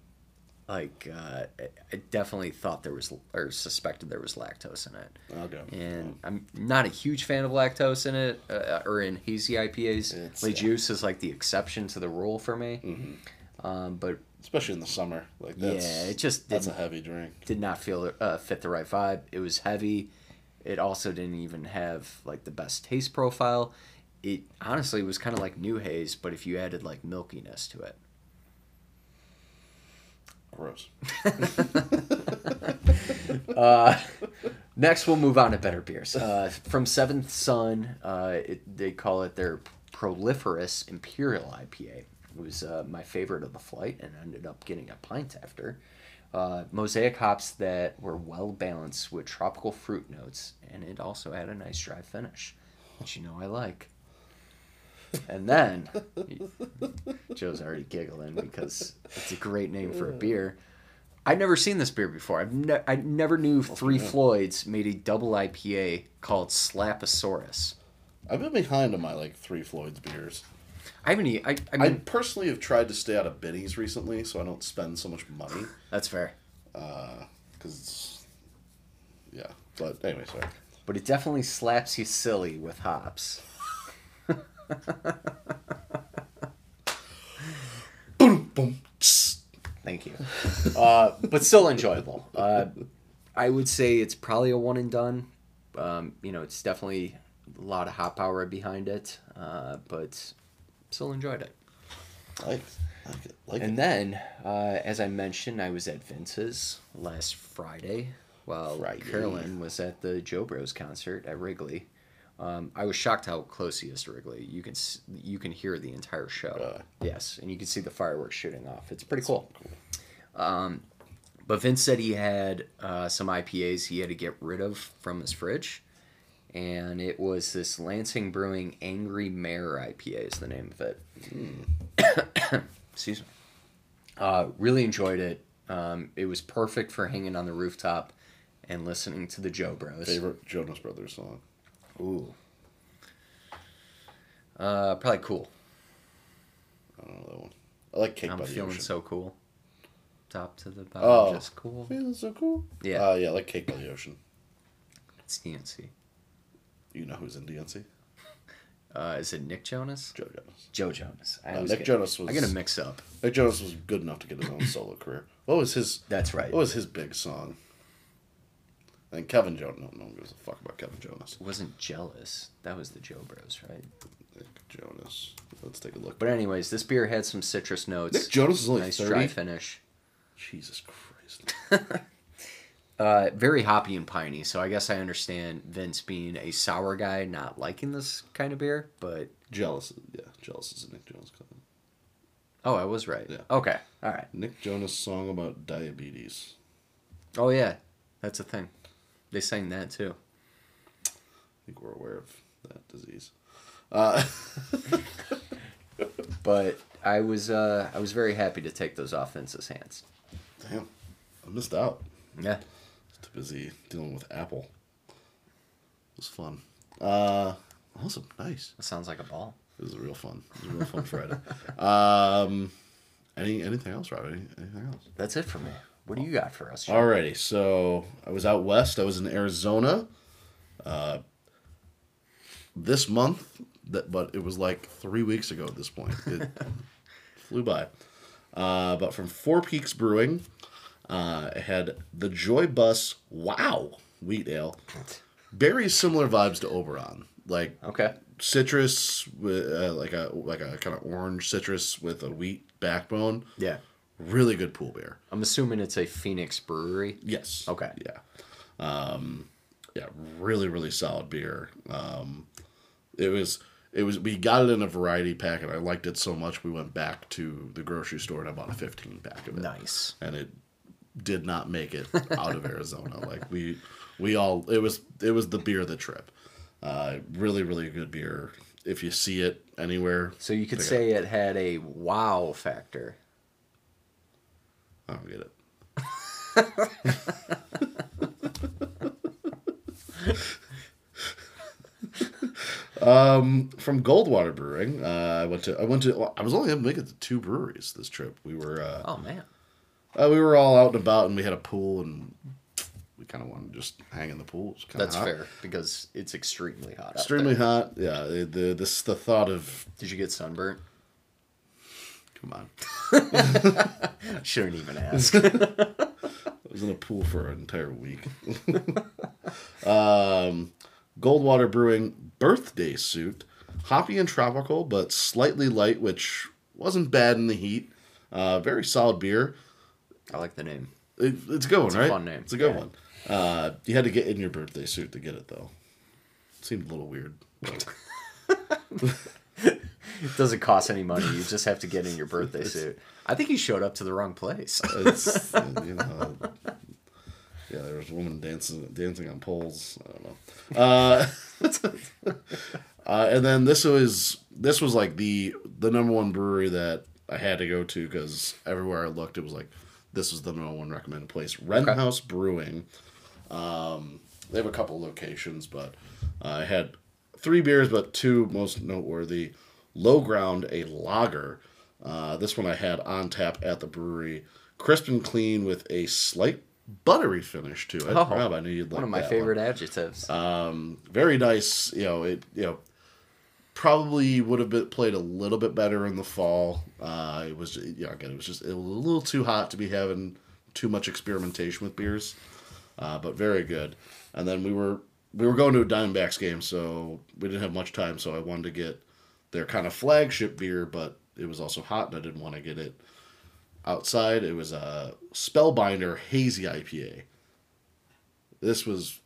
B: like uh, I- I definitely thought there was or suspected there was lactose in it,
A: Okay.
B: and I'm not a huge fan of lactose in it uh, or in hazy IPAs.
A: It's,
B: Le
A: uh,
B: Juice is like the exception to the rule for me. Um, but
A: Especially in the summer, like that's
B: yeah, it just
A: that's
B: didn't
A: a heavy drink.
B: did not feel uh, fit the right vibe. It was heavy. It also didn't even have like the best taste profile. It honestly was kind of like new haze, but if you added like milkiness to it.
A: Gross.
B: Uh, Next, we'll move on to better beers. Uh, from Seventh Sun, uh, it, they call it their proliferous Imperial IPA. It was uh, my favorite of the flight and ended up getting a pint after. Uh, mosaic hops that were well balanced with tropical fruit notes, and it also had a nice dry finish, which you know I like. And then, Joe's already giggling because it's a great name for a beer. I'd never seen this beer before. I've ne- I never knew Three Floyds made a double IPA called Slaposaurus.
A: I've been behind on my like three Floyd's beers.
B: I haven't. e- I, I
A: I
B: mean,
A: personally have tried to stay out of Benny's recently, so I don't spend so much money
B: that's fair.
A: because, yeah. But anyway, sorry.
B: But it definitely slaps you silly with hops.
A: Boom. tss.
B: Thank you. Uh, but still enjoyable. Uh, I would say it's probably a one and done. Um, you know, it's definitely a lot of hop power behind it, uh, but still enjoyed it.
A: Like, like it. Like
B: And
A: it.
B: then, uh, as I mentioned, I was at Vince's last Friday while
A: Friday.
B: Carolyn was at the Joe Bros concert at Wrigley. Um, I was shocked how close he is to Wrigley. You can s- you can hear the entire show.
A: Really?
B: Yes, and you can see the fireworks shooting off. It's pretty cool. Um, but Vince said he had uh, some IPAs he had to get rid of from his fridge, and it was this Lansing Brewing Angry Mare IPA is the name of it. Excuse me. Uh, really enjoyed it. Um, it was perfect for hanging on the rooftop and listening to the Joe Bros.
A: Favorite Jonas Brothers song.
B: Ooh. Uh, probably cool.
A: I don't know that one. I like Cake
B: I'm
A: by the
B: feeling
A: Ocean.
B: so cool. Top to the bottom,
A: Oh.
B: just cool.
A: Feeling so cool.
B: Yeah.
A: Uh, yeah, I like Cake by the Ocean.
B: It's DNC.
A: You know who's in DNC?
B: Uh, is it Nick Jonas?
A: Joe Jonas.
B: Joe Jonas. I
A: Uh,
B: always
A: Nick
B: get-
A: Jonas was.
B: I get a mix up.
A: Nick Jonas was good enough to get his own solo career. What was his?
B: That's right.
A: What was his big song? And Kevin Jonas. No, no one gives a fuck about Kevin Jonas.
B: Wasn't jealous. That was the Joe Bros, right?
A: Nick Jonas. Let's take a look.
B: But anyways, this beer had some citrus notes.
A: Nick Jonas is only
B: nice
A: thirty.
B: dry finish.
A: Jesus Christ.
B: Uh, very hoppy and piney, so I guess I understand Vince being a sour guy not liking this kind of beer, but
A: jealous. Yeah, jealous is a Nick Jonas cover.
B: oh, I was right.
A: Yeah.
B: Okay, all right.
A: Nick Jonas song about diabetes.
B: Oh yeah, that's a thing. They sang that too.
A: I think we're aware of that disease. Uh,
B: But I was uh, I was very happy to take those off Vince's hands.
A: Damn, I missed out.
B: Yeah,
A: Too busy dealing with Apple. It was fun. Uh, awesome. Nice.
B: that sounds like a ball.
A: It was real fun. It was a real fun Friday. Um, any anything else, Rob? Any, anything else?
B: That's it for me. What do you got for us? Sean?
A: Alrighty, so I was out west. I was in Arizona. Uh, this month, that but it was like three weeks ago at this point. It flew by. Uh, but from Four Peaks Brewing, uh, I had the Joy Bus Wow Wheat Ale. Very similar vibes to Oberon, like
B: Okay.
A: citrus, with, uh, like a like a kind of orange citrus with a wheat backbone.
B: Yeah,
A: Really good pool beer.
B: I'm assuming it's a Phoenix brewery.
A: Yes.
B: Okay.
A: Yeah. Um, yeah. Really, really solid beer. Um, it was. It was. We got it in a variety pack, and I liked it so much. We went back to the grocery store and I bought a 15 pack of it.
B: Nice.
A: And it did not make it out of Arizona. Like we, we all. It was. It was the beer of the trip. Uh, really, really good beer. If you see it anywhere,
B: So you could
A: pick it
B: say it had a wow factor.
A: I don't get it. um, from Goldwater Brewing, uh, I went to I went to well, I was only able to make it to two breweries this trip. We were uh,
B: Oh man.
A: uh, we were all out and about, and we had a pool, and we kind of wanted to just hang in the pool. It was kinda
B: That's
A: hot.
B: fair because it's Uh-huh. extremely hot.
A: Extremely hot, yeah. The, the this the thought of
B: Did you get sunburnt?
A: come on,
B: Shouldn't even ask.
A: I was in a pool for an entire week. um, Goldwater Brewing birthday suit, hoppy and tropical, but slightly light, which wasn't bad in the heat. Uh, very solid beer.
B: I like the name.
A: It, it's a good one, right?
B: fun name,
A: It's a good
B: yeah.
A: one. Uh, you had to get in your birthday suit to get it though. seemed a little weird. But
B: It doesn't cost any money. You just have to get in your birthday suit. I think you showed up to the wrong place.
A: it's, you know, yeah, there was a woman dancing dancing on poles. I don't know. Uh, uh, and then this was this was like the the number one brewery that I had to go to because everywhere I looked, it was like this was the number one recommended place. Renhouse Brewing. Um, they have a couple locations, but uh, I had three beers, but two most noteworthy. Low Ground, a lager. Uh, this one I had on tap at the brewery. Crisp and clean with a slight buttery finish to it.
C: Oh,
A: Rob, I knew you'd like
C: one of my
A: that
C: favorite adjectives.
A: uh, very nice. You know, it you know probably would have been played a little bit better in the fall. Uh, it was you know, again, it was just it was a little too hot to be having too much experimentation with beers, uh, but very good. And then we were we were going to a Diamondbacks game, so we didn't have much time. So I wanted to get their kind of flagship beer, but it was also hot, and I didn't want to get it outside. It was a Spellbinder Hazy IPA. This was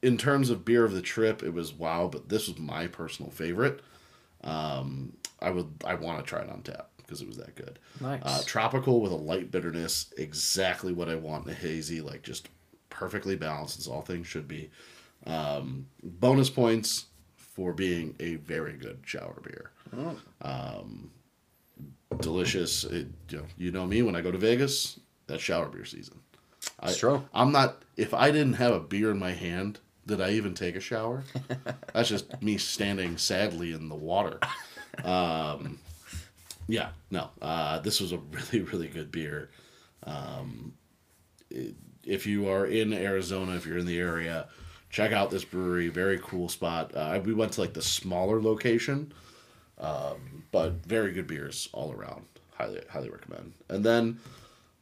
A: in terms of beer of the trip, it was wow, but this was my personal favorite. Um, I would I want to try it on tap because it was that good.
C: Nice.
A: Uh, tropical with a light bitterness, exactly what I want in a hazy, like just perfectly balanced as all things should be. Um, bonus points for being a very good shower beer. Um, delicious. It, you, know, you know me when I go to Vegas, that's shower beer season.
C: It's true.
A: I'm not. If I didn't have a beer in my hand, did I even take a shower? That's just me standing sadly in the water. Um, yeah, no. Uh, this was a really, really good beer. Um, it- if you are in Arizona, if you're in the area, check out this brewery. Very cool spot. Uh, we went to like the smaller location, um, but very good beers all around. Highly, highly recommend. And then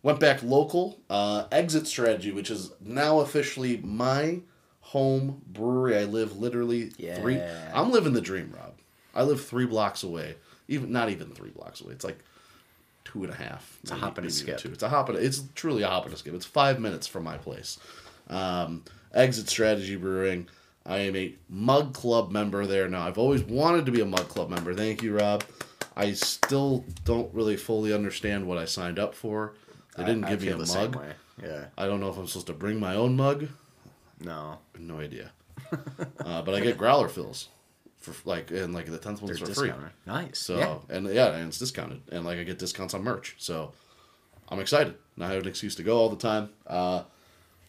A: went back local uh, exit strategy which is now officially my home brewery i live literally three
B: Yeah.
A: i'm living the dream rob i live three blocks away even not even three blocks away it's like two and a half it's
B: a hop and a skip.
A: it's a hop and a, it's truly a hop and a skip it's five minutes from my place um, exit strategy brewing i am a mug club member there now i've always wanted to be a mug club member thank you rob i still don't really fully understand what i signed up for they didn't give me a mug
B: Yeah.
A: i don't know if i'm supposed to bring my own mug
B: No.
A: no idea uh, but i get growler fills for like and like the 10th ones
B: They're
A: are free
B: discounted. Nice.
A: so
B: yeah.
A: and yeah, and it's discounted, and like I get discounts on merch. So I'm excited, and I have an excuse to go all the time. Uh,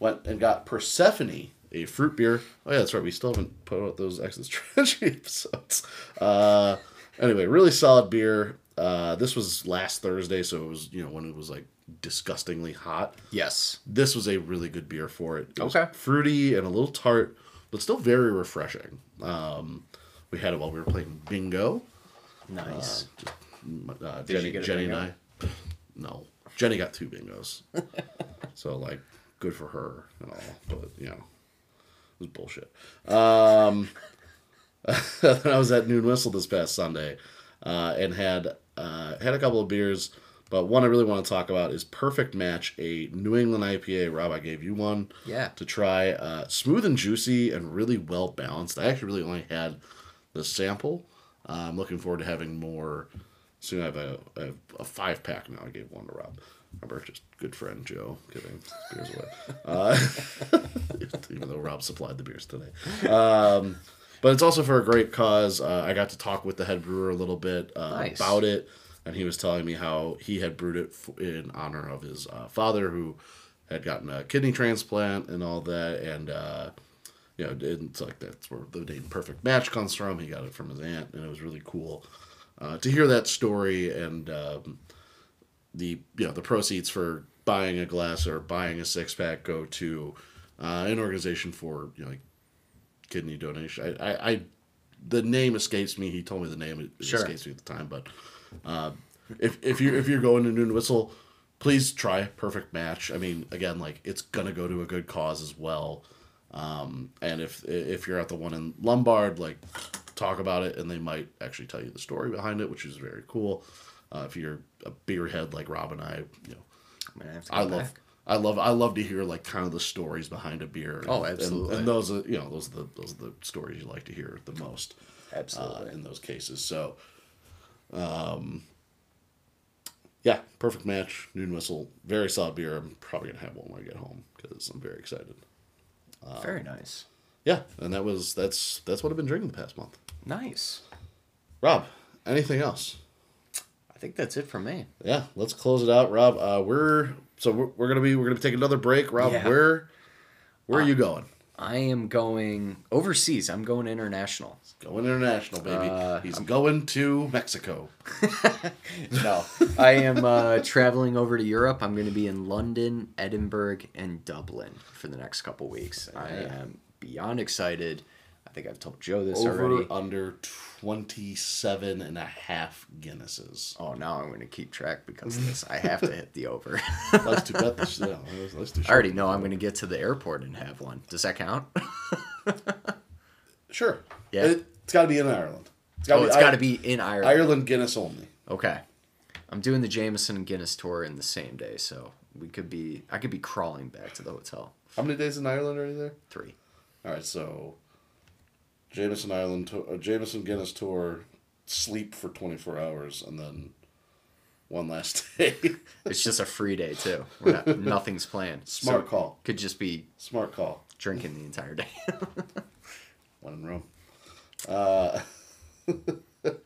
A: went and got Persephone, a fruit beer. Oh yeah, that's right. We still haven't put out those exit strategy episodes. Uh, anyway, really solid beer. Uh, this was last Thursday, so it was you know when it was like disgustingly hot
B: Yes.
A: this was a really good beer for it. It was
B: Okay.
A: fruity and a little tart, but still very refreshing. Um, we had it while we were playing bingo.
B: Nice.
A: Uh,
B: you
A: Jenny,
B: get a
A: Jenny
B: bingo?
A: and I. No, Jenny got two bingos, so like, good for her and all. But you know, it was bullshit. Um, I was at Noon Whistle this past Sunday, uh, and had uh, had a couple of beers. But one I really want to talk about is Perfect Match, a New England IPA. Rob, I gave you one
C: Yeah.
A: to try. Uh, smooth and juicy and really well balanced. I actually really only had the sample. Uh, I'm looking forward to having more. Soon I have a, I have a five pack now. I gave one to Rob. Our just good friend Joe giving beers away. Uh, even though Rob supplied the beers today. Um, but it's also for a great cause. Uh, I got to talk with the head brewer a little bit uh,
C: Nice.
A: about it, and he was telling me how he had brewed it f- in honor of his uh, father, who had gotten a kidney transplant and all that. And uh, you know, it's like that's where the name "Perfect Match" comes from. He got it from his aunt, and it was really cool uh, to hear that story and. Um, the you know the proceeds for buying a glass or buying a six pack go to uh, an organization for you know like kidney donation. I, I, I the name escapes me. He told me the name. It, it
C: Sure.
A: escapes me at the time, but uh, if if you if you're going to Noon Whistle, please try Perfect Match. I mean, again, like it's gonna go to a good cause as well. Um, and if if you're at the one in Lombard, like talk about it, and they might actually tell you the story behind it, which is very cool. Uh, if you're a beer head like Rob and I, you know,
B: I'm gonna have to go
A: I love,
B: back.
A: I love, I love to hear like kind of the stories behind a beer.
B: Oh,
A: And-
B: absolutely.
A: And, those are you know those are the those are the stories you like to hear the most.
B: Absolutely.
A: Uh, in those cases, so. Um, yeah, perfect match. Noon whistle, very solid beer. I'm probably gonna have one when I get home because I'm very excited. uh,
B: Very nice.
A: Yeah, and that was that's that's what I've been drinking the past month.
B: Nice.
A: Rob, anything else?
B: I think that's it for me.
A: Yeah, let's close it out, Rob. Uh, we're so we're, we're gonna be we're gonna take another break, Rob.
B: Yeah. Uh,
A: Where where are you going?
B: I am going overseas. I'm going international.
A: Going international, baby.
B: Uh,
A: He's going to Mexico.
B: No, I am uh, traveling over to Europe. I'm going to be in London, Edinburgh, and Dublin for the next couple weeks. I am beyond excited. I think I've told Joe this
A: Over
B: already.
A: under 27 and a half Guinnesses.
B: Oh, now I'm going to keep track because of this. I have to hit the over. I
A: That's too bad. That's, yeah, that's, that's too short.
B: already know I'm going to get to the airport and have one. Does that count?
A: Sure.
B: Yeah.
A: It, has got to be in Ireland. It's got
B: Oh, it's got to
A: to
B: be in Ireland.
A: Ireland Guinness only.
B: Okay. I'm doing the Jameson and Guinness tour in the same day, so we could be I could be crawling back to the hotel.
A: How many days in Ireland are you there?
B: Three.
A: All right, so Jameson Island, to- uh, Jameson Guinness tour, sleep for 24 hours, and then one last day.
B: It's just a free day too. We're not, nothing's planned.
A: Smart call.
B: Could just be
A: Smart call.
B: drinking the entire day.
A: One in Rome. Uh,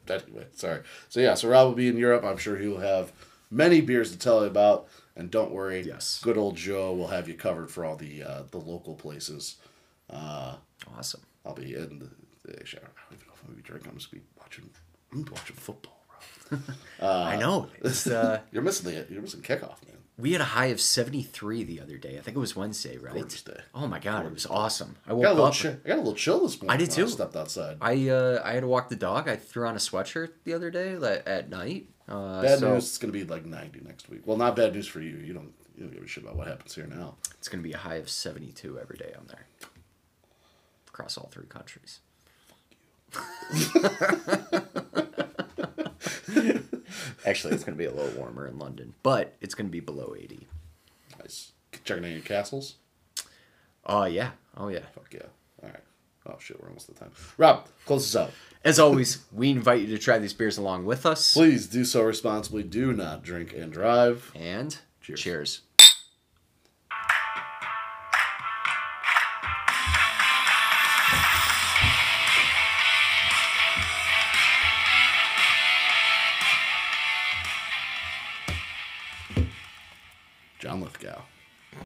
A: anyway, sorry. So yeah, so Rob will be in Europe. I'm sure he'll have many beers to tell you about. And don't worry,
B: Yes.
A: good old Joe will have you covered for all the uh, the local places.
B: awesome.
A: I'll be in the actually, I don't even know if I'll be drinking. I'm just be watching. I'm gonna be watching football. Rob.
B: I know. It's, uh,
A: You're missing the you're missing kickoff, man.
B: we had a high of 73 the other day. I think it was Wednesday, right?
A: Gorgeous day.
B: Oh my god, it was awesome. I
A: I
B: woke
A: got a little
B: up.
A: chill. I got a little chill this morning.
B: I did
A: when
B: too.
A: stepped outside.
B: I uh, I had to walk the dog. I threw on a sweatshirt the other day like, at night. Uh,
A: Bad
B: so
A: news. It's gonna be like 90 next week. Well, not bad news for you. You don't you don't give a shit about what happens here now.
B: It's going to be a high of 72 every day I'm there. Across all three countries. Actually, it's going to be a little warmer in London, but it's going to be below 80.
A: Nice. Checking out your castles.
B: Oh, yeah. Oh, yeah.
A: Fuck yeah. All right. Oh shit, we're almost at time. Rob, close us out.
B: As always, we invite you to try these beers along with us.
A: Please do so responsibly. Do not drink and drive.
B: And
A: Cheers.
B: cheers.
A: John Lithgow.